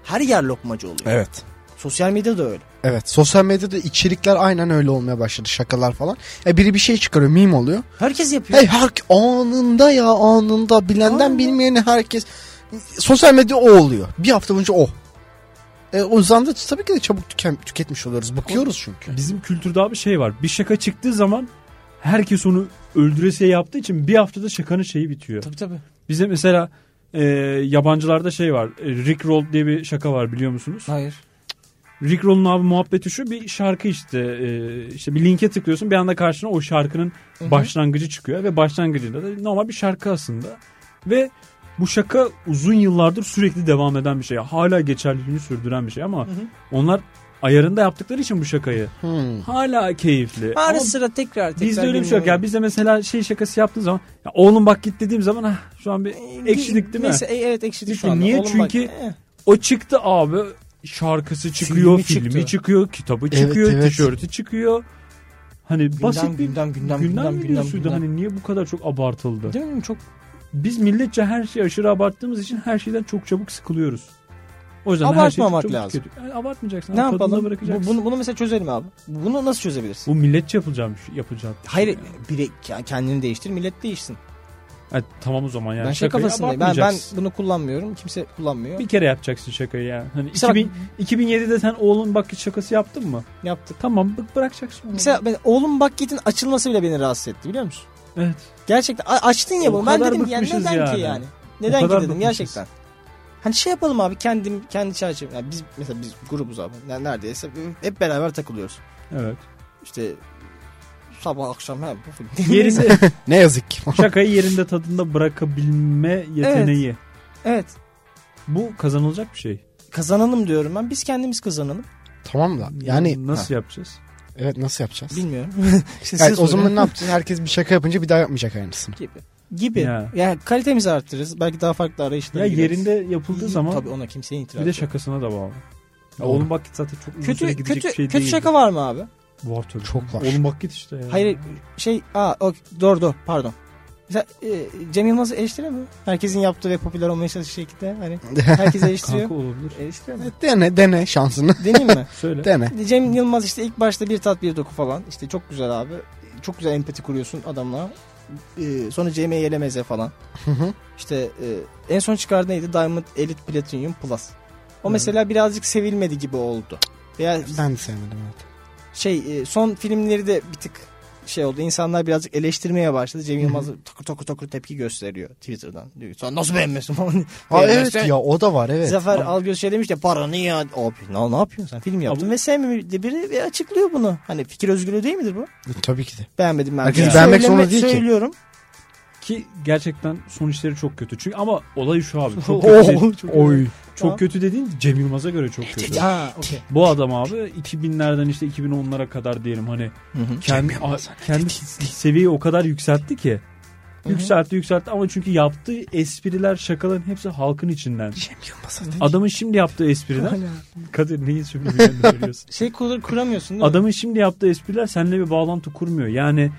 Speaker 1: Her yer lokmacı oluyor.
Speaker 3: Evet.
Speaker 1: Sosyal medyada da öyle.
Speaker 3: Evet sosyal medyada içerikler aynen öyle olmaya başladı şakalar falan. E biri bir şey çıkarıyor meme oluyor.
Speaker 1: Herkes yapıyor.
Speaker 3: Hey her anında ya anında bilenden
Speaker 1: Anında.
Speaker 3: bilmeyeni herkes sosyal medya o oluyor. Bir hafta boyunca o. E, o yüzden de tabii ki de çabuk tüken, tüketmiş oluyoruz. Bakıyoruz çünkü.
Speaker 2: Bizim kültürde abi şey var. Bir şaka çıktığı zaman herkes onu öldüresiye yaptığı için bir haftada şakanın şeyi bitiyor.
Speaker 1: Tabii tabii.
Speaker 2: Bize mesela e, yabancılarda şey var. e, Rickroll diye bir şaka var biliyor musunuz?
Speaker 1: Hayır.
Speaker 2: Rickroll'un abi muhabbeti şu bir şarkı işte. e, işte bir linke tıklıyorsun bir anda karşına o şarkının
Speaker 1: Hı hı.
Speaker 2: başlangıcı çıkıyor. Ve başlangıcında da normal bir şarkı aslında. Ve bu şaka uzun yıllardır sürekli devam eden bir şey. Hala geçerliliğini sürdüren bir şey ama
Speaker 1: Hı hı.
Speaker 2: onlar ayarında yaptıkları için bu şakayı
Speaker 3: Hmm.
Speaker 2: hala keyifli.
Speaker 1: Ara
Speaker 2: Ama
Speaker 1: sıra tekrar tekrar.
Speaker 2: Bizde öyle bir şey yok.
Speaker 1: dinliyorum.
Speaker 2: Ya bizde mesela şey şakası yaptığın zaman ya oğlum bak git dediğim zaman "Ah, şu an bir ekşidik değil mi?
Speaker 1: Ee, Neyse, e, evet ekşidik şu
Speaker 2: Çünkü
Speaker 1: anda.
Speaker 2: niye?
Speaker 1: Oğlum bak,
Speaker 2: Çünkü-
Speaker 1: eh.
Speaker 2: O çıktı abi. Şarkısı çıkıyor,
Speaker 1: Filmi
Speaker 2: filmi,
Speaker 1: çıktı.
Speaker 2: çıkıyor, kitabı
Speaker 3: Evet,
Speaker 2: çıkıyor,
Speaker 3: evet.
Speaker 2: tişörtü çıkıyor. Hani basit
Speaker 1: gündem,
Speaker 2: bir
Speaker 1: gündem, gündem,
Speaker 2: gündem,
Speaker 1: gündem, gündem,
Speaker 2: videosuydu. Hani niye bu kadar çok abartıldı?
Speaker 1: Değil mi? Çok
Speaker 2: Biz milletçe her şeyi aşırı abarttığımız için her şeyden çok çabuk sıkılıyoruz. O yüzden her şeyi
Speaker 1: Abartmamak
Speaker 2: çok çabuk
Speaker 1: lazım.
Speaker 2: tüketiyor. Yani abartmayacaksın.
Speaker 1: ne
Speaker 2: abi, tadında
Speaker 1: yapalım? Bu,
Speaker 2: bırakacaksın.
Speaker 1: bunu, bunu mesela çözelim abi. Bunu nasıl çözebilirsin?
Speaker 2: Bu milletçe yapılacağım bir şey. Yapılacak bir şey
Speaker 1: Hayır
Speaker 2: yani.
Speaker 1: bire, kendini değiştir millet değişsin.
Speaker 2: Ha, tamam o zaman yani.
Speaker 1: ben şey
Speaker 2: şakayı
Speaker 1: kafasındayım. Ben, ben
Speaker 2: abartmayacaksın.
Speaker 1: bunu kullanmıyorum. Kimse kullanmıyor.
Speaker 2: bir kere yapacaksın şakayı yani. Hani
Speaker 1: Mesela bak-
Speaker 2: 2000, 2007'de sen oğlun bak git şakası yaptın mı?
Speaker 1: Yaptık.
Speaker 2: Tamam bı- bırakacaksın. onu.
Speaker 1: Mesela ben, oğlum bak git'in açılması bile beni rahatsız etti biliyor musun?
Speaker 2: evet.
Speaker 1: Gerçekten a- açtın ya
Speaker 2: O
Speaker 1: bunu. Ben
Speaker 2: kadar
Speaker 1: dedim ki yani
Speaker 2: bıkmışız
Speaker 1: neden
Speaker 2: yani.
Speaker 1: ki yani?
Speaker 2: O
Speaker 1: Neden ki
Speaker 2: kadar
Speaker 1: dedim
Speaker 2: bıkmışız.
Speaker 1: gerçekten. Hani şey yapalım abi kendim kendi çerçeve. Yani biz mesela biz grubuz abi. Yani neredeyse hep beraber takılıyoruz.
Speaker 2: Evet.
Speaker 1: İşte sabah akşam her
Speaker 2: Yerinde
Speaker 3: Ne yazık ki.
Speaker 2: şakayı yerinde tadında bırakabilme yeteneği.
Speaker 1: evet.
Speaker 2: Bu kazanılacak bir şey.
Speaker 1: Kazanalım diyorum ben. Biz kendimiz kazanalım.
Speaker 3: tamam da yani
Speaker 2: nasıl
Speaker 3: nasıl?
Speaker 2: yapacağız?
Speaker 3: evet nasıl yapacağız?
Speaker 1: Bilmiyorum. işte
Speaker 3: Yani
Speaker 1: siz
Speaker 3: o
Speaker 1: sorun.
Speaker 3: zaman ne yapacağız? Herkes bir şaka yapınca bir daha yapmayacak aynısını.
Speaker 1: gibi. Gibi.
Speaker 2: Ya.
Speaker 1: Yani kalitemizi arttırırız. Belki daha farklı arayışlara
Speaker 2: Ya
Speaker 1: gireriz.
Speaker 2: yerinde yapıldığı zaman
Speaker 1: Tabii ona kimsenin itiraz
Speaker 2: bir de
Speaker 1: yok.
Speaker 2: şakasına da bağlı. Ya
Speaker 3: Doğru.
Speaker 2: oğlum bak git zaten çok uzun süre
Speaker 1: Kötü
Speaker 2: gidecek
Speaker 1: kötü
Speaker 2: bir şey
Speaker 1: kötü
Speaker 2: değil.
Speaker 1: şaka var mı abi?
Speaker 2: Var tabii.
Speaker 3: Çok var.
Speaker 2: Oğlum bak git işte. ya.
Speaker 1: Hayır şey aa o, doğru doğru pardon. Mesela e, Cem Yılmaz'ı eleştiremiyor. mi? Herkesin yaptığı ve popüler olmaya çalıştığı şekilde hani herkes eleştiriyor.
Speaker 2: Kanka olabilir.
Speaker 1: eleştiremiyor.
Speaker 3: Dene dene şansını.
Speaker 1: Deneyim mi?
Speaker 2: Söyle.
Speaker 3: Dene.
Speaker 1: Cem Yılmaz işte ilk başta bir tat bir doku falan. İşte çok güzel abi. Çok güzel empati kuruyorsun adamla. Ee, sonra CM'ye yelemeze falan.
Speaker 3: Hı hı.
Speaker 1: İşte e, en son çıkardığı neydi? Diamond Elite Platinum Plus. O
Speaker 2: Evet.
Speaker 1: mesela birazcık sevilmedi gibi oldu. Veya
Speaker 3: Ben de sevmedim evet.
Speaker 1: şey e, son filmleri de bir tık şey oldu. İnsanlar birazcık eleştirmeye başladı. Cem Yılmaz takır takır takır tepki gösteriyor Twitter'dan. Diyor, ki, Sen nasıl beğenmiyorsun falan.
Speaker 3: Aa, evet
Speaker 1: Beğenmezsen-
Speaker 3: ya o da var evet.
Speaker 1: Zafer
Speaker 2: Ama-
Speaker 1: Algöz şey demiş ya paranı ya. Abi ne, ne yapıyorsun sen film yaptın
Speaker 2: Ama-
Speaker 1: ve sevmiyor diye biri ve açıklıyor bunu. Hani fikir özgürlüğü değil midir bu?
Speaker 3: Tabii ki de.
Speaker 1: Beğenmedim ben.
Speaker 3: Herkes
Speaker 1: Yani
Speaker 3: beğenmek
Speaker 1: söyleme-
Speaker 3: zorunda değil ki.
Speaker 1: Söylüyorum.
Speaker 2: Ki gerçekten sonuçları çok kötü. Çünkü ama olay şu abi. Çok
Speaker 1: Oo,
Speaker 2: kötü. dedi-
Speaker 1: çok kötü.
Speaker 2: Oy.
Speaker 1: Tamam.
Speaker 2: Çok kötü dediğin Cem Yılmaz'a göre çok kötü.
Speaker 1: Ha okey.
Speaker 2: Bu adam abi 2000'lerden işte 2010'lara kadar diyelim hani kendi a- kendi seviyeyi o kadar yükseltti ki.
Speaker 1: Hı hı.
Speaker 2: Yükseltti yükseltti ama çünkü yaptığı espriler şakaların hepsi halkın içinden.
Speaker 3: Cem Yılmaz'a
Speaker 2: Adamın şimdi yaptığı espriler Kadir neyi sürdüğünü söylüyorsun.
Speaker 1: Şey kur- kuramıyorsun değil mi?
Speaker 2: Adamın şimdi yaptığı espriler seninle bir bağlantı kurmuyor. Yani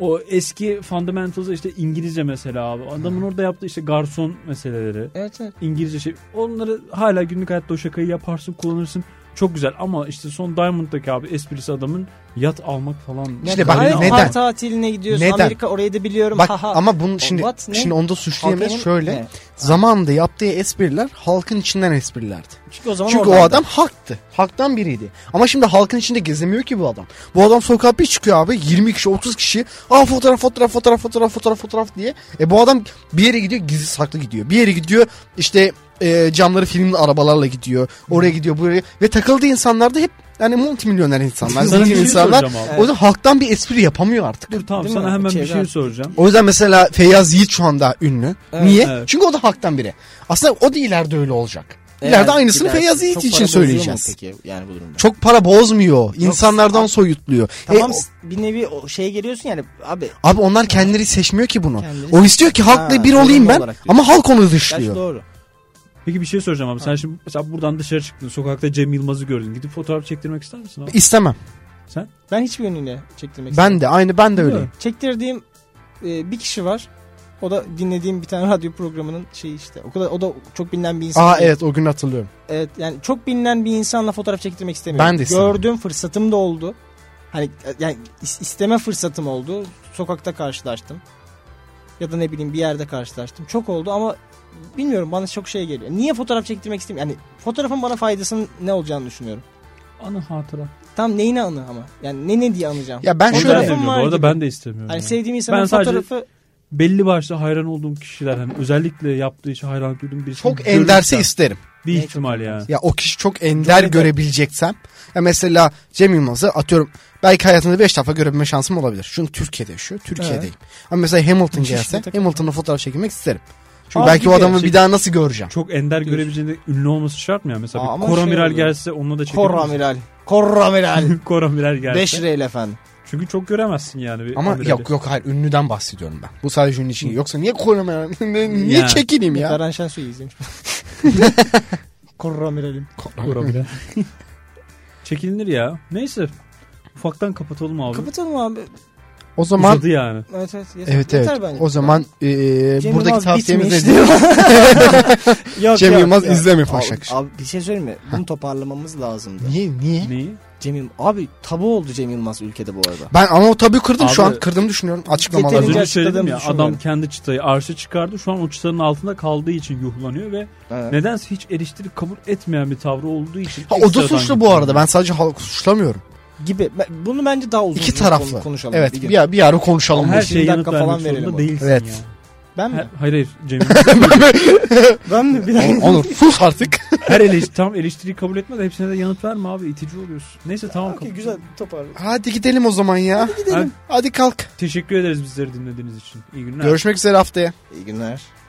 Speaker 2: o eski fundamentals'a işte İngilizce mesela abi. Adamın orada yaptığı işte garson meseleleri.
Speaker 1: Evet evet.
Speaker 2: İngilizce şey. Onları hala günlük hayatta o şakayı yaparsın kullanırsın. Çok güzel ama işte son Diamond'daki abi esprisi adamın yat almak falan.
Speaker 3: İşte bak
Speaker 1: Gayet
Speaker 3: neden?
Speaker 1: Kar tatiline gidiyorsun.
Speaker 3: Neden?
Speaker 1: Amerika orayı da biliyorum.
Speaker 3: Bak
Speaker 1: ha, ha.
Speaker 3: ama bunu şimdi
Speaker 1: What? Ne?
Speaker 3: şimdi onu da suçlayamayız
Speaker 1: Halkın-
Speaker 3: şöyle.
Speaker 1: Ne?
Speaker 3: Zamanında yaptığı espriler halkın içinden esprilerdi.
Speaker 1: Çünkü o zaman
Speaker 3: Çünkü o
Speaker 1: oradaydı.
Speaker 3: adam halktı. Halktan biriydi. Ama şimdi halkın içinde gezemiyor ki bu adam. Bu adam sokağa bir çıkıyor abi 20 kişi 30 kişi. Aa fotoğraf fotoğraf fotoğraf fotoğraf fotoğraf fotoğraf diye. E bu adam bir yere gidiyor gizli saklı gidiyor. Bir yere gidiyor işte e, camları filmli arabalarla gidiyor. Oraya gidiyor buraya. Ve takıldığı insanlar da hep yani multimilyoner insanlar.
Speaker 2: Sana bir
Speaker 3: zengin
Speaker 2: şey
Speaker 3: insanlar.
Speaker 2: soracağım abi.
Speaker 3: O yüzden halktan bir espri yapamıyor artık.
Speaker 2: Dur tamam
Speaker 1: Değil
Speaker 2: sana
Speaker 1: mi?
Speaker 2: hemen bir
Speaker 1: Çevre
Speaker 2: şey
Speaker 1: artık.
Speaker 2: soracağım.
Speaker 3: O yüzden mesela Feyyaz Yiğit şu anda ünlü.
Speaker 1: Evet,
Speaker 3: Niye?
Speaker 2: evet.
Speaker 3: Çünkü o da halktan biri. Aslında o da ileride öyle olacak.
Speaker 1: Eğer
Speaker 3: ileride aynısını
Speaker 1: giderse
Speaker 3: Feyyaz Yiğit
Speaker 1: çok
Speaker 3: için
Speaker 1: para bozuyor mu
Speaker 3: söyleyeceğiz. E,
Speaker 1: Peki yani bu durumda.
Speaker 3: Çok para bozmuyor. İnsanlardan soyutluyor.
Speaker 1: Tamam
Speaker 3: E, o-
Speaker 1: bir nevi o şeye geliyorsun yani abi
Speaker 3: abi onlar kendileri seçmiyor ki bunu.
Speaker 1: Kendileri-
Speaker 3: O istiyor ki halkla
Speaker 1: Ha,
Speaker 3: bir olayım
Speaker 1: zorunlu
Speaker 3: ben
Speaker 1: olarak diyor.
Speaker 3: ama halk onu
Speaker 1: yaş
Speaker 3: dışlıyor.
Speaker 1: doğru.
Speaker 2: Peki bir şey soracağım abi. Sen şimdi mesela buradan dışarı çıktın. Sokakta Cem Yılmaz'ı gördün. Gidip fotoğraf çektirmek ister misin abi?
Speaker 3: İstemem.
Speaker 1: Ben hiçbir yönüyle çektirmek
Speaker 3: Ben de aynı ben de
Speaker 2: Değil mi?
Speaker 3: öyleyim.
Speaker 1: Çektirdiğim e, bir kişi var. O da dinlediğim bir tane radyo programının şeyi işte. O kadar o da çok bilinen bir insan.
Speaker 3: Aa
Speaker 1: değil.
Speaker 3: evet o gün hatırlıyorum.
Speaker 1: Evet, yani çok bilinen bir insanla fotoğraf çektirmek istemiyorum.
Speaker 3: Ben de istemem.
Speaker 1: Gördüğüm fırsatım da oldu. Hani e, yani is- isteme fırsatım oldu. Sokakta karşılaştım. Ya da ne bileyim bir yerde karşılaştım. Çok oldu ama bilmiyorum bana çok şey geliyor. Niye fotoğraf çektirmek istemiyorum? Yani fotoğrafın bana faydasının ne olacağını düşünüyorum.
Speaker 2: Anı hatıra.
Speaker 4: Tam neyine anı ama. Yani ne ne diye anacağım.
Speaker 3: Ya ben
Speaker 2: Onu
Speaker 4: Fotoğrafım
Speaker 2: ben de
Speaker 3: şöyle
Speaker 4: Fotoğraf-
Speaker 2: bilmiyorum. Bu
Speaker 4: var
Speaker 2: arada
Speaker 4: gibi.
Speaker 2: ben de istemiyorum.
Speaker 4: Hani
Speaker 2: yani.
Speaker 4: sevdiğim insanın
Speaker 2: Ben sadece-
Speaker 4: fotoğrafı
Speaker 2: Belli başlı hayran olduğum kişiler hani özellikle yaptığı işe hayran duyduğum birisi.
Speaker 3: çok enderse isterim.
Speaker 2: bir
Speaker 4: Evet,
Speaker 2: ihtimal
Speaker 4: çok
Speaker 2: ya.
Speaker 4: enderse.
Speaker 3: Ya o kişi çok ender görebileceksem. Ya mesela Cem Yılmaz'ı atıyorum. Belki hayatımda 5 defa görebilme şansım olabilir. Çünkü Türkiye'de yaşıyor. Türkiye'deyim. Ama mesela Hamilton
Speaker 4: Müthiş bir
Speaker 3: gelse
Speaker 4: takım.
Speaker 3: Hamilton'la fotoğraf çekilmek isterim. Çünkü
Speaker 2: Abi
Speaker 3: belki o
Speaker 2: bir
Speaker 3: adamı
Speaker 4: şey-
Speaker 2: gerçek-
Speaker 3: bir daha nasıl göreceğim?
Speaker 2: Çok ender
Speaker 4: Diyorsun.
Speaker 2: görebileceğinde ünlü olması şart mı ya? Mesela
Speaker 4: Aa,
Speaker 2: bir
Speaker 4: ama
Speaker 2: Koramiral
Speaker 4: şey oluyor.
Speaker 2: gelse onunla da çekebilirsin.
Speaker 4: Koramiral. Koramiral.
Speaker 2: Koramiral gelse.
Speaker 4: 5 lirayla efendim.
Speaker 2: Çünkü çok göremezsin yani. Bir
Speaker 3: Ama
Speaker 2: amirali.
Speaker 3: yok yok hayır ünlüden bahsediyorum ben. Bu sadece ünlü için. Yoksa niye koyamıyorum? niye
Speaker 2: Ya.
Speaker 3: çekineyim ya?
Speaker 4: Karan Şensoy'u izlemiş. Koramiral'im.
Speaker 2: Koramiral. Çekilinir ya. Neyse. Ufaktan kapatalım abi.
Speaker 4: Kapatalım abi.
Speaker 3: O zaman
Speaker 2: Uzadı yani.
Speaker 4: Evet evet. Yeter,
Speaker 3: evet
Speaker 4: yeter
Speaker 3: evet.
Speaker 4: bence.
Speaker 3: O zaman eee,
Speaker 4: Cem
Speaker 3: buradaki
Speaker 4: Yılmaz
Speaker 3: tavsiyemiz
Speaker 4: bitmiş.
Speaker 3: nedir?
Speaker 4: Yok,
Speaker 3: Cem
Speaker 4: yok,
Speaker 3: Yılmaz
Speaker 4: yok.
Speaker 3: izleme
Speaker 4: Abi-
Speaker 3: Başakşehir.
Speaker 4: Abi, bir şey söyleyeyim mi? Bunu toparlamamız lazımdı.
Speaker 3: niye niye?
Speaker 2: Neyi?
Speaker 4: Cem Yılmaz. Abi tabu oldu Cem Yılmaz ülkede bu arada.
Speaker 3: Ben ama o tabii kırdım şu
Speaker 2: Abi-
Speaker 3: an. Kırdım düşünüyorum
Speaker 2: Az
Speaker 3: açıklamalarını.
Speaker 4: Yeterince-
Speaker 2: önce söyledim ya
Speaker 4: açıkladığımızı
Speaker 2: adam
Speaker 4: düşünmüyorum.
Speaker 2: kendi çıtayı arşa çıkardı. Şu an o çıtanın altında kaldığı için yuhlanıyor ve
Speaker 4: Evet.
Speaker 2: nedense hiç eleştiri kabul etmeyen bir tavrı olduğu için.
Speaker 3: Ha, o da
Speaker 2: ekstradan
Speaker 3: suçlu bu
Speaker 2: yuhlanıyor.
Speaker 3: arada. Ben sadece halkı suçlamıyorum.
Speaker 4: Gibi. Ben- Bunu bence daha uzun
Speaker 3: İki
Speaker 4: bir
Speaker 3: taraflı.
Speaker 4: konu- konuşalım.
Speaker 3: Evet
Speaker 4: bir gün.
Speaker 3: bir, ara- bir ara konuşalım.
Speaker 2: her
Speaker 3: bunu.
Speaker 4: şey-
Speaker 2: şeye
Speaker 4: 20
Speaker 2: yanıt
Speaker 4: dakika
Speaker 2: vermek
Speaker 4: falan
Speaker 2: zorunda
Speaker 4: verelim.
Speaker 2: değilsin
Speaker 3: Evet.
Speaker 2: ya.
Speaker 4: Ben
Speaker 2: Her-
Speaker 4: mi?
Speaker 2: hayır hayır Cemil.
Speaker 4: ben mi? Bir dakika.
Speaker 3: Onur sus artık.
Speaker 2: her eleştiri, tam eleştiriyi kabul etme de hepsine de yanıt verme abi itici oluyorsun. Neyse tamam.
Speaker 4: Okey,
Speaker 2: kapat.
Speaker 4: güzel toparladık.
Speaker 3: Hadi gidelim o zaman ya.
Speaker 2: Abi,
Speaker 3: Hadi kalk.
Speaker 2: teşekkür ederiz bizleri dinlediğiniz için. İyi günler.
Speaker 3: Görüşmek üzere haftaya.
Speaker 4: İyi günler.